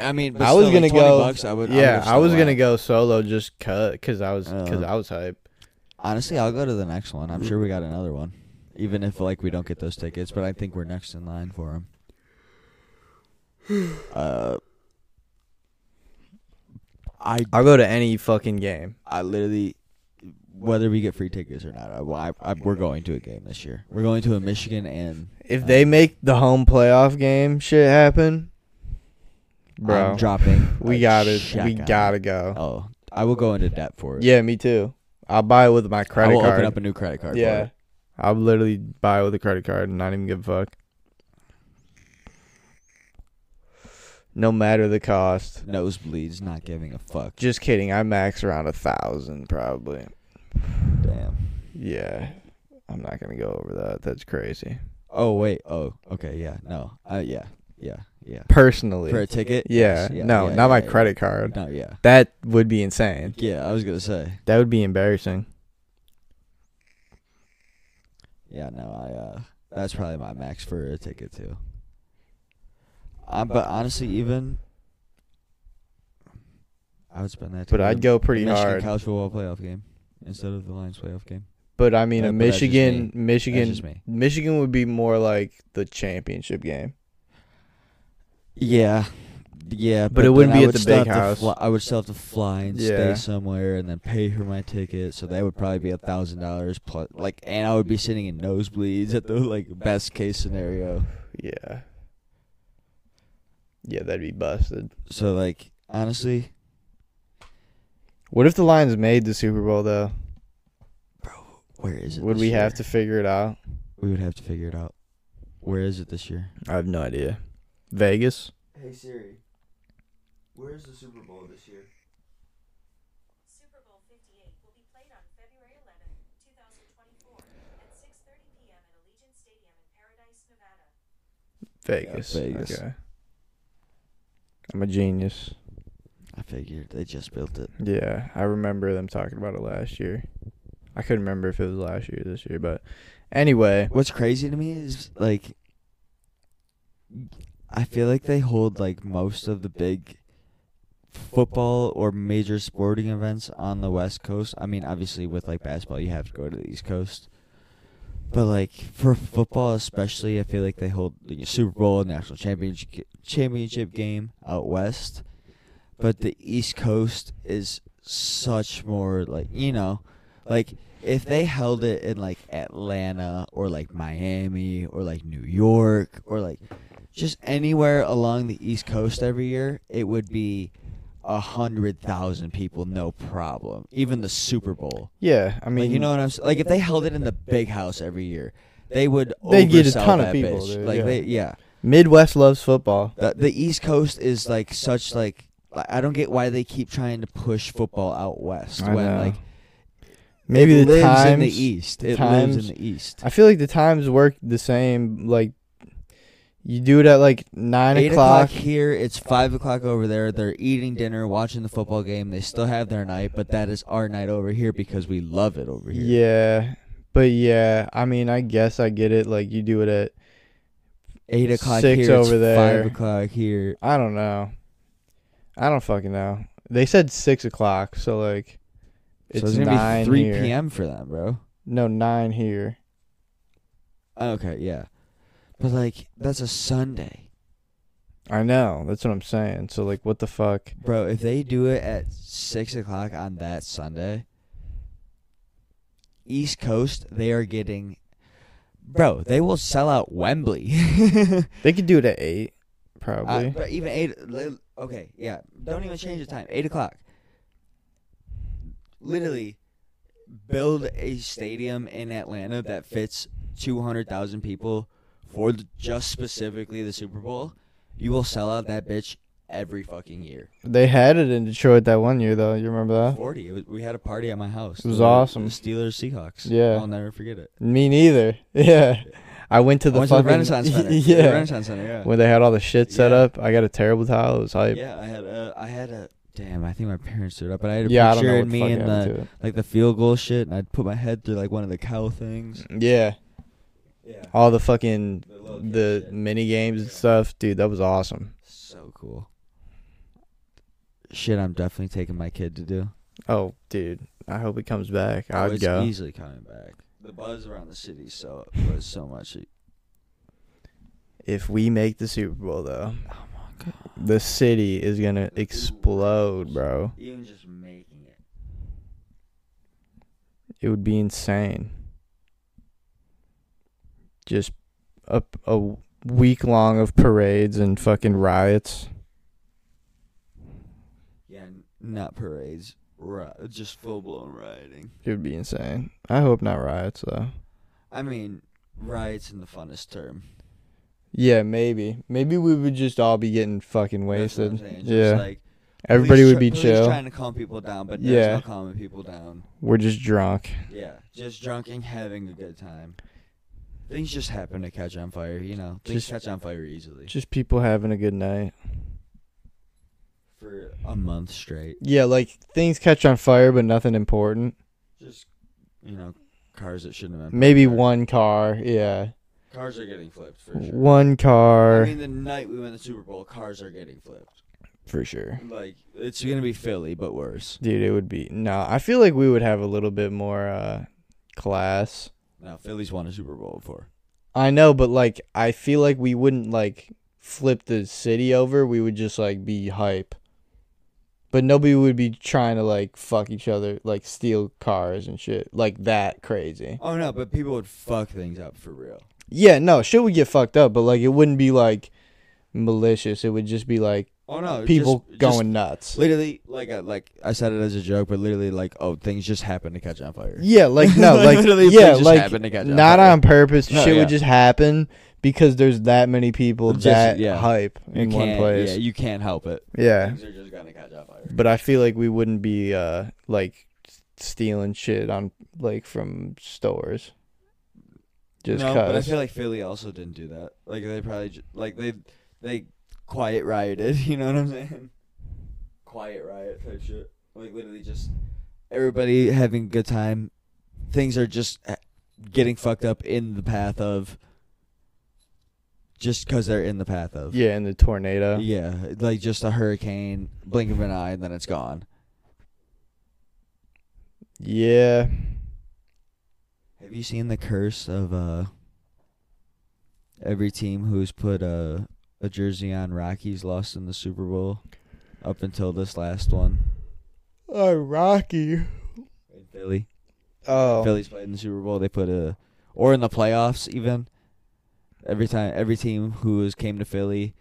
Speaker 2: I mean,
Speaker 1: I was gonna go.
Speaker 2: I would,
Speaker 1: yeah, I, was gonna Uh-huh. go solo just cut because I was because
Speaker 2: Uh,
Speaker 1: I was hype.
Speaker 2: Honestly, I'll go Mm. to the next one. I'm sure we got another one, even if like we don't get those tickets. But I think we're next in line for them. *sighs* Uh, I
Speaker 1: I'll go to any fucking game.
Speaker 2: I literally, whether we get free tickets or not, I, I, I, we're going to a game this year. We're going to a Michigan and
Speaker 1: If they make the home playoff game shit happen, bro,
Speaker 2: I'm dropping.
Speaker 1: *laughs* we
Speaker 2: a
Speaker 1: got it. We
Speaker 2: shotgun.
Speaker 1: gotta go.
Speaker 2: Oh, I will go into debt for it.
Speaker 1: Yeah, me too. I'll buy it with my
Speaker 2: I
Speaker 1: credit
Speaker 2: will
Speaker 1: card.
Speaker 2: open up a new credit card. for
Speaker 1: yeah,
Speaker 2: it.
Speaker 1: I'll literally buy it with a credit card and not even give a fuck. No matter the cost.
Speaker 2: Nosebleeds, not giving a fuck.
Speaker 1: Just kidding. I max around a thousand probably.
Speaker 2: Damn.
Speaker 1: Yeah, I'm not gonna go over that. That's crazy.
Speaker 2: Oh wait. Oh, okay. Yeah. No. Uh, yeah. Yeah. Yeah.
Speaker 1: Personally,
Speaker 2: For a ticket?
Speaker 1: yeah,
Speaker 2: Yes, yeah,
Speaker 1: no,
Speaker 2: yeah,
Speaker 1: not my
Speaker 2: yeah, yeah.
Speaker 1: credit card.
Speaker 2: No. Yeah.
Speaker 1: That would be insane.
Speaker 2: Yeah. I was gonna say.
Speaker 1: That would be embarrassing.
Speaker 2: Yeah. No. I. uh That's probably my max for a ticket too. Uh, Um, but honestly, even I would spend that. to
Speaker 1: But I'd go
Speaker 2: the
Speaker 1: pretty
Speaker 2: Michigan
Speaker 1: hard.
Speaker 2: College football playoff game instead of the Lions playoff game.
Speaker 1: But I mean,
Speaker 2: Uh,
Speaker 1: a
Speaker 2: but that's just me.
Speaker 1: Michigan,
Speaker 2: That's just
Speaker 1: Michigan,
Speaker 2: me.
Speaker 1: Michigan would be more like the championship game.
Speaker 2: Yeah, yeah,
Speaker 1: But it wouldn't
Speaker 2: then
Speaker 1: be
Speaker 2: I
Speaker 1: at
Speaker 2: would
Speaker 1: the
Speaker 2: still
Speaker 1: big
Speaker 2: have to
Speaker 1: house.
Speaker 2: fly- I would still have to fly and
Speaker 1: Yeah.
Speaker 2: stay somewhere, and then pay for my ticket. So that would probably be a thousand dollars plus. Like, and I would be sitting in nosebleeds at the like best case scenario.
Speaker 1: Yeah. Yeah, that'd be busted.
Speaker 2: So like, honestly,
Speaker 1: What if the Lions made the Super Bowl though?
Speaker 2: where is it?
Speaker 1: Would
Speaker 2: this
Speaker 1: we
Speaker 2: year?
Speaker 1: have to figure it out?
Speaker 2: We would have to figure it out. Where is it this year?
Speaker 1: I have no idea. Vegas.
Speaker 2: Hey Siri, where is the Super Bowl this year?
Speaker 4: Super Bowl 58 will be played on February 11, 2024, at 6:30 p.m. at Allegiant Stadium in Paradise, Nevada.
Speaker 1: Vegas.
Speaker 2: Vegas.
Speaker 1: Okay. I'm a genius.
Speaker 2: I figured they just built it.
Speaker 1: Yeah, I remember them talking about it last year. I couldn't remember if it was last year or this year, but anyway,
Speaker 2: What's crazy to me is like I feel like they hold like most of the big football or major sporting events on the West Coast. I mean, obviously with like basketball you have to go to the East Coast. But like for football especially, I feel like they hold the Super Bowl, national championship championship game out west. But the East Coast is such more like, you know, like if they held it in like Atlanta or like Miami or like New York or like just anywhere along the East Coast every year, it would be a hundred thousand people, no problem. Even the Super Bowl.
Speaker 1: yeah, I
Speaker 2: I mean,
Speaker 1: mean,
Speaker 2: you know what I'm saying? Like if they held it in the big house every year, they would
Speaker 1: They'd get a
Speaker 2: oversell
Speaker 1: ton of
Speaker 2: that
Speaker 1: people,
Speaker 2: bitch.
Speaker 1: dude,
Speaker 2: Like
Speaker 1: yeah.
Speaker 2: they, yeah.
Speaker 1: Midwest loves football.
Speaker 2: The, the East Coast is like such like like, I don't get why they keep trying to push football out west
Speaker 1: I
Speaker 2: when
Speaker 1: know.
Speaker 2: like
Speaker 1: Maybe
Speaker 2: it
Speaker 1: the
Speaker 2: lives
Speaker 1: times
Speaker 2: in the east.
Speaker 1: the
Speaker 2: It
Speaker 1: times-
Speaker 2: lives in the east.
Speaker 1: I feel like the times work the same. Like you do it at like nine
Speaker 2: Eight
Speaker 1: o'clock.
Speaker 2: o'clock here. It's five o'clock over there. They're eating dinner, watching the football game. They still have their night, but that is our night over here because we love it over here.
Speaker 1: Yeah, but yeah, I mean, I guess I get it. Like you do it at
Speaker 2: Eight o'clock
Speaker 1: Six
Speaker 2: here. it's
Speaker 1: over there.
Speaker 2: Five o'clock here.
Speaker 1: I don't know. I don't fucking know. They said six o'clock, so like it's
Speaker 2: so it's gonna
Speaker 1: nine
Speaker 2: be three
Speaker 1: here.
Speaker 2: p.m. for them, bro.
Speaker 1: No, nine here.
Speaker 2: Okay, yeah, but like that's a Sunday,
Speaker 1: I know. That's what I'm saying. So like, what the fuck?
Speaker 2: bro. If they do it at six o'clock on that Sunday, East Coast, they are getting. Bro, they will sell out Wembley. *laughs*
Speaker 1: They could do it at eight,
Speaker 2: Uh,
Speaker 1: probably.
Speaker 2: but even eight. Li- okay, yeah. Don't even change the time. Eight o'clock. Literally, build a stadium in Atlanta that fits two hundred thousand people for the, just specifically the Super Bowl. You will sell out that bitch every fucking year.
Speaker 1: they had it in Detroit that one year though. You remember that?
Speaker 2: Forty. It was, we had a party at my house.
Speaker 1: It was
Speaker 2: The-
Speaker 1: awesome.
Speaker 2: The Steelers Seahawks.
Speaker 1: Yeah.
Speaker 2: I'll never forget it.
Speaker 1: Me neither. *laughs* Yeah. I went to
Speaker 2: I
Speaker 1: the
Speaker 2: went to
Speaker 1: fucking *laughs*
Speaker 2: the Renaissance *laughs* Center.
Speaker 1: yeah.
Speaker 2: the Renaissance Center. Yeah.
Speaker 1: when they had all the shit set
Speaker 2: Yeah.
Speaker 1: up, I got a terrible towel. It was hype. Yeah,
Speaker 2: yeah, I had a, I had a, damn, I think my parents threw it up, but I had a
Speaker 1: I don't
Speaker 2: picture
Speaker 1: know
Speaker 2: of
Speaker 1: what
Speaker 2: me
Speaker 1: the fuck
Speaker 2: in the,
Speaker 1: happened to it.
Speaker 2: like the field goal shit, and I'd put my head through like one of the cow things.
Speaker 1: Yeah,
Speaker 2: Yeah.
Speaker 1: all the fucking
Speaker 2: The little kid
Speaker 1: Uh, the
Speaker 2: shit.
Speaker 1: mini games and stuff, dude. That was awesome.
Speaker 2: So cool. Shit, I'm definitely taking my kid to do.
Speaker 1: Oh, dude, I hope it comes back.
Speaker 2: Oh,
Speaker 1: I'd
Speaker 2: it's
Speaker 1: go.
Speaker 2: easily coming back. The buzz around the city so was so much.
Speaker 1: If we make the Super Bowl, though,
Speaker 2: Oh
Speaker 1: the city is gonna explode, bro.
Speaker 2: Even just making it.
Speaker 1: It would be insane. Just a a week long of parades and fucking riots.
Speaker 2: Yeah, n- not parades. Ri- just full blown rioting.
Speaker 1: It would be insane. I hope not riots though.
Speaker 2: I mean, riots in the funnest term.
Speaker 1: Yeah, maybe. Maybe we would just all be getting fucking
Speaker 2: That's what I'm
Speaker 1: wasted.
Speaker 2: saying, just
Speaker 1: Yeah.
Speaker 2: like,
Speaker 1: Everybody
Speaker 2: police
Speaker 1: would
Speaker 2: try-
Speaker 1: be
Speaker 2: police
Speaker 1: chill.
Speaker 2: Trying to calm people down, but there's
Speaker 1: Yeah.
Speaker 2: no calming people down.
Speaker 1: We're just drunk.
Speaker 2: Yeah, just drunking, having a good time. Things just happen to catch on fire, you know. Things
Speaker 1: Just-
Speaker 2: catch on fire easily.
Speaker 1: Just people having a good night.
Speaker 2: for a month straight,
Speaker 1: Yeah, like things catch on fire but nothing important.
Speaker 2: just you know, cars that shouldn't have been.
Speaker 1: Maybe
Speaker 2: parked
Speaker 1: one car. Yeah.
Speaker 2: there. Cars are getting flipped for sure.
Speaker 1: One
Speaker 2: I
Speaker 1: car.
Speaker 2: mean, the night we win the Super Bowl, cars are getting flipped.
Speaker 1: for sure.
Speaker 2: Like it's gonna be Philly, but worse.
Speaker 1: Dude, it would be no. I feel like we would have a little bit more uh, class.
Speaker 2: Now Philly's won a Super Bowl before.
Speaker 1: I know, but like I feel like we wouldn't like flip the city over. We would just like be hype. But nobody would be trying to like fuck each other, like steal cars and shit, like that crazy.
Speaker 2: Oh no, but people would fuck things up for real.
Speaker 1: Yeah, no, shit would get fucked up, but like it wouldn't be like malicious. It would just be like
Speaker 2: Oh no,
Speaker 1: people
Speaker 2: just- just
Speaker 1: going nuts.
Speaker 2: literally like uh, like I said it as a joke, but literally like oh things just happen to catch on fire.
Speaker 1: Yeah, like no,
Speaker 2: *laughs* Like,
Speaker 1: like
Speaker 2: literally,
Speaker 1: yeah,
Speaker 2: things just
Speaker 1: like
Speaker 2: happen to catch on
Speaker 1: not
Speaker 2: fire.
Speaker 1: on purpose.
Speaker 2: No,
Speaker 1: shit
Speaker 2: yeah.
Speaker 1: would just happen because there's that many people
Speaker 2: Just-
Speaker 1: that
Speaker 2: yeah.
Speaker 1: hype
Speaker 2: You
Speaker 1: in one
Speaker 2: can't-
Speaker 1: place.
Speaker 2: Yeah,
Speaker 1: Yeah,
Speaker 2: you can't help it. Things are just gonna catch on fire.
Speaker 1: but I feel like we wouldn't be uh like stealing shit on like from stores. Just
Speaker 2: no, but I
Speaker 1: cause.
Speaker 2: feel like Philly also didn't do that. Like they probably ju- like they they quiet rioted. *laughs* You know what I'm saying? Quiet riot type shit. Like literally just everybody having a good time. Things are just eh, getting fucked up in the path of just because they're in the path of.
Speaker 1: yeah, in the tornado.
Speaker 2: Yeah, like just a hurricane, blink of an eye, and then it's gone.
Speaker 1: Yeah.
Speaker 2: Have you seen the curse of uh every team who's put a a jersey on Rockies lost in the Super Bowl up until this last one?
Speaker 1: Oh, Rocky.
Speaker 2: In Philly,
Speaker 1: Oh.
Speaker 2: Phillies played in the Super Bowl. They put a or in the playoffs even. Every time, every team who has came to Philly,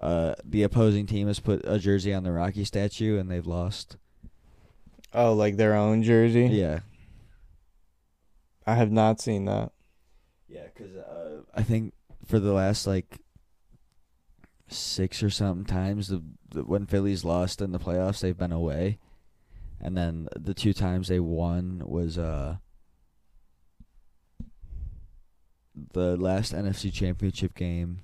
Speaker 2: uh, the opposing team has put a jersey on the Rocky statue and they've lost.
Speaker 1: Oh, like their own jersey.
Speaker 2: Yeah,
Speaker 1: I have not seen that.
Speaker 2: Yeah, because uh, I think for the last like six or something times, the, the when Phillies lost in the playoffs, they've been away, and then the two times they won was uh the last NFC Championship game,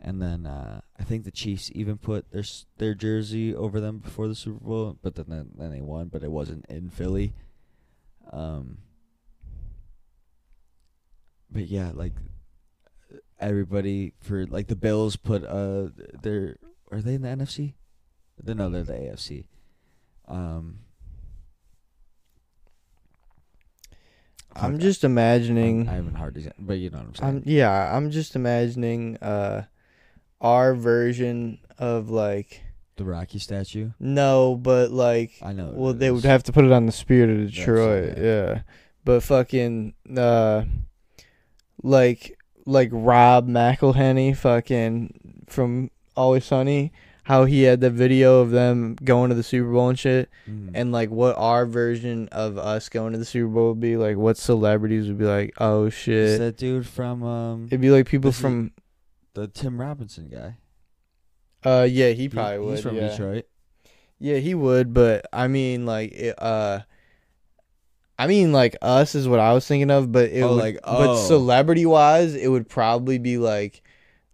Speaker 2: and then uh, I think the Chiefs even put their s- their jersey over them before the Super Bowl, but then then, then they won, but it wasn't in Philly. Um, but yeah, like everybody for like the Bills put uh their are they in the NFC? They- No, they're the AFC. Um,
Speaker 1: I'm
Speaker 2: fuck,
Speaker 1: just imagining.
Speaker 2: I'm, I'm having a hard exam, but you know what I'm saying.
Speaker 1: I'm yeah, I'm just imagining uh our version of like
Speaker 2: the Rocky statue.
Speaker 1: no, but like
Speaker 2: I know.
Speaker 1: well
Speaker 2: it
Speaker 1: they
Speaker 2: is.
Speaker 1: would have to put it on the spirit of
Speaker 2: so
Speaker 1: Detroit,
Speaker 2: bad.
Speaker 1: yeah. But fucking uh like like Rob McElhenney fucking from Always Sunny, how he had the video of them going to the Super Bowl and shit
Speaker 2: Mhm.
Speaker 1: and like what our version of us going to the Super Bowl would be, like what celebrities would be like, Oh
Speaker 2: It's
Speaker 1: shit.
Speaker 2: that dude from um
Speaker 1: It'd be like people
Speaker 2: This is-
Speaker 1: from
Speaker 2: the Tim Robinson guy.
Speaker 1: Uh, yeah, he
Speaker 2: He-
Speaker 1: probably would.
Speaker 2: He's from
Speaker 1: yeah. *laughs*
Speaker 2: Detroit.
Speaker 1: Yeah, he would. But I mean, like, it, uh, I mean, like us is what I was thinking of. But it
Speaker 2: Oh,
Speaker 1: would,
Speaker 2: like,
Speaker 1: but
Speaker 2: oh.
Speaker 1: celebrity wise, it would probably be like,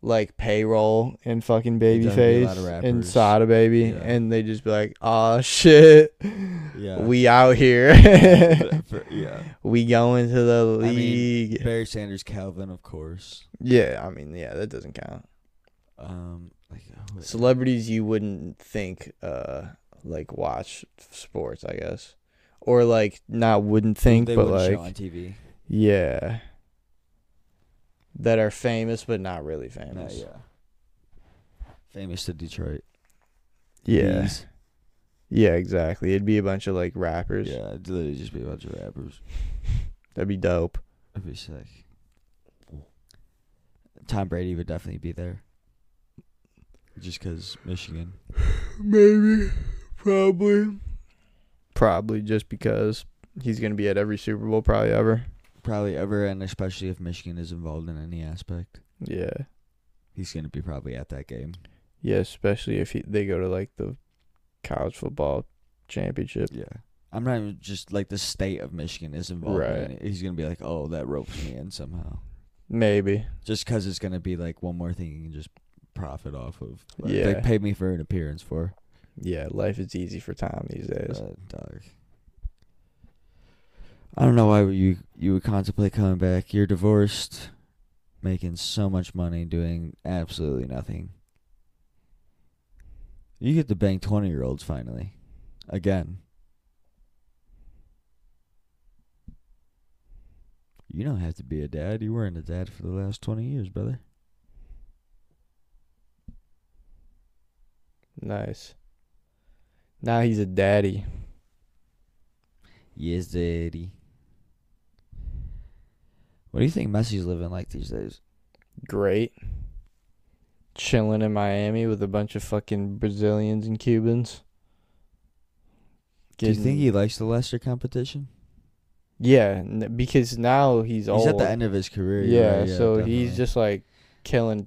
Speaker 1: like payroll and fucking
Speaker 2: There'd be a
Speaker 1: babyface
Speaker 2: lot of
Speaker 1: and
Speaker 2: rappers.
Speaker 1: Sada baby,
Speaker 2: Yeah.
Speaker 1: and they just be like, oh shit,
Speaker 2: Yeah.
Speaker 1: we out here, *laughs*
Speaker 2: For- yeah.
Speaker 1: we going to the
Speaker 2: I mean,
Speaker 1: league.
Speaker 2: Barry Sanders, Calvin, of course.
Speaker 1: yeah, I mean, yeah, that doesn't count.
Speaker 2: Um, like, who-
Speaker 1: celebrities you wouldn't think uh like watch sports i guess or like not wouldn't think
Speaker 2: they
Speaker 1: but
Speaker 2: wouldn't show on
Speaker 1: like
Speaker 2: TV.
Speaker 1: yeah that are famous but not really
Speaker 2: No,
Speaker 1: famous
Speaker 2: yeah. Famous to Detroit.
Speaker 1: yeah
Speaker 2: Bees.
Speaker 1: yeah exactly it'd be a bunch of like rappers
Speaker 2: Yeah, it'd literally just be a bunch of rappers.
Speaker 1: that'd be dope
Speaker 2: That'd be sick. Tom Brady would definitely be there. Just because Michigan.
Speaker 1: maybe probably probably just because he's gonna be at every super bowl probably ever
Speaker 2: Probably ever, and especially if Michigan is involved in any aspect,
Speaker 1: yeah
Speaker 2: he's going to be probably at that game.
Speaker 1: yeah especially if he, they go to like the college football championship
Speaker 2: Yeah. I'm not even just like the state of Michigan is involved. in
Speaker 1: Right.
Speaker 2: it. He's going to be like, oh, that ropes me in somehow.
Speaker 1: Maybe.
Speaker 2: Just because it's going to be like one more thing you can just profit off of. Like, They
Speaker 1: Yeah.
Speaker 2: paid me for an appearance for.
Speaker 1: Yeah, life is easy for Tom these days.
Speaker 2: Uh, dog. I don't know why you you would contemplate coming back. You're divorced, making so much money, doing absolutely nothing. You get to bang 20 year olds finally. Again. You don't have to be a dad. You weren't a dad for the last 20 years, brother.
Speaker 1: Nice. Now he's a daddy.
Speaker 2: Yes, daddy. What do you think Messi's living like these days?
Speaker 1: Great. Chilling in Miami with a bunch of fucking Brazilians and Cubans.
Speaker 2: Do you think he likes the lesser competition?
Speaker 1: Yeah, n- because now he's,
Speaker 2: He's
Speaker 1: old.
Speaker 2: at the end of his career. you're
Speaker 1: yeah,
Speaker 2: right,
Speaker 1: so
Speaker 2: definitely.
Speaker 1: he's just like killing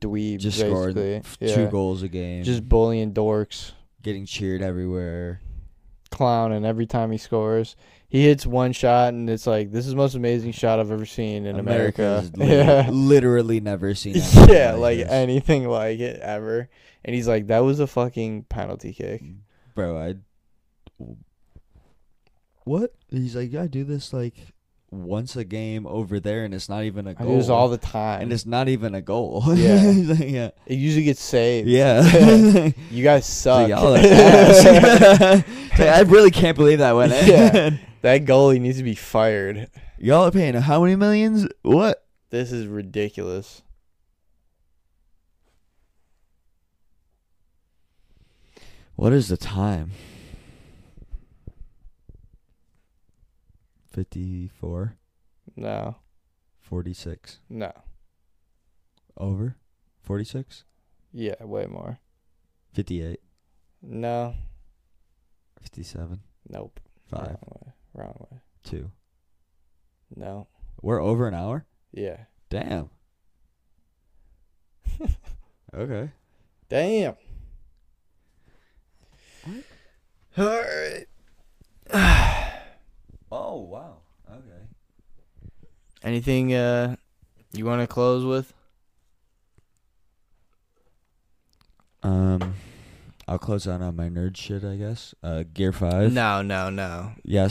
Speaker 1: dweebs.
Speaker 2: just scored
Speaker 1: basically.
Speaker 2: f-
Speaker 1: yeah.
Speaker 2: two goals a game.
Speaker 1: Just bullying dorks,
Speaker 2: getting cheered everywhere.
Speaker 1: clowning every time he scores. He hits one shot and it's like this is the most amazing shot I've ever seen in America. *laughs*
Speaker 2: has
Speaker 1: Yeah.
Speaker 2: *laughs* lit- literally
Speaker 1: *laughs*
Speaker 2: never seen. anything
Speaker 1: yeah, like
Speaker 2: this.
Speaker 1: anything like it ever. And he's like, that was a fucking penalty kick.
Speaker 2: bro. I what? He's like, I do this like once a game over there, and it's not even a
Speaker 1: I
Speaker 2: goal.
Speaker 1: do this all the time.
Speaker 2: and it's not even a goal. *laughs*
Speaker 1: Yeah.
Speaker 2: He's like, yeah,
Speaker 1: it usually gets saved. *laughs*
Speaker 2: yeah. *laughs*
Speaker 1: You guys
Speaker 2: So
Speaker 1: suck. *laughs*
Speaker 2: y'all are ass. *laughs* It's like, I really can't believe that went in. *laughs*
Speaker 1: Yeah. that goalie needs to be fired.
Speaker 2: Y'all are paying how many millions? What?
Speaker 1: This is ridiculous.
Speaker 2: What is the time? Fifty-four,
Speaker 1: No,
Speaker 2: forty-six,
Speaker 1: no.
Speaker 2: over, forty-six,
Speaker 1: Yeah, way more.
Speaker 2: fifty-eight,
Speaker 1: No,
Speaker 2: fifty-seven,
Speaker 1: nope.
Speaker 2: five,
Speaker 1: Wrong way. Wrong way.
Speaker 2: two.
Speaker 1: No.
Speaker 2: We're over an hour.
Speaker 1: Yeah. *laughs*
Speaker 2: Damn. okay.
Speaker 1: Damn. All right.
Speaker 2: Oh wow. Okay.
Speaker 1: *sighs* Anything uh, you want to close with?
Speaker 2: Um, I'll close out on my nerd shit, I guess. Uh, Gear Five.
Speaker 1: No, no, no.
Speaker 2: Yes,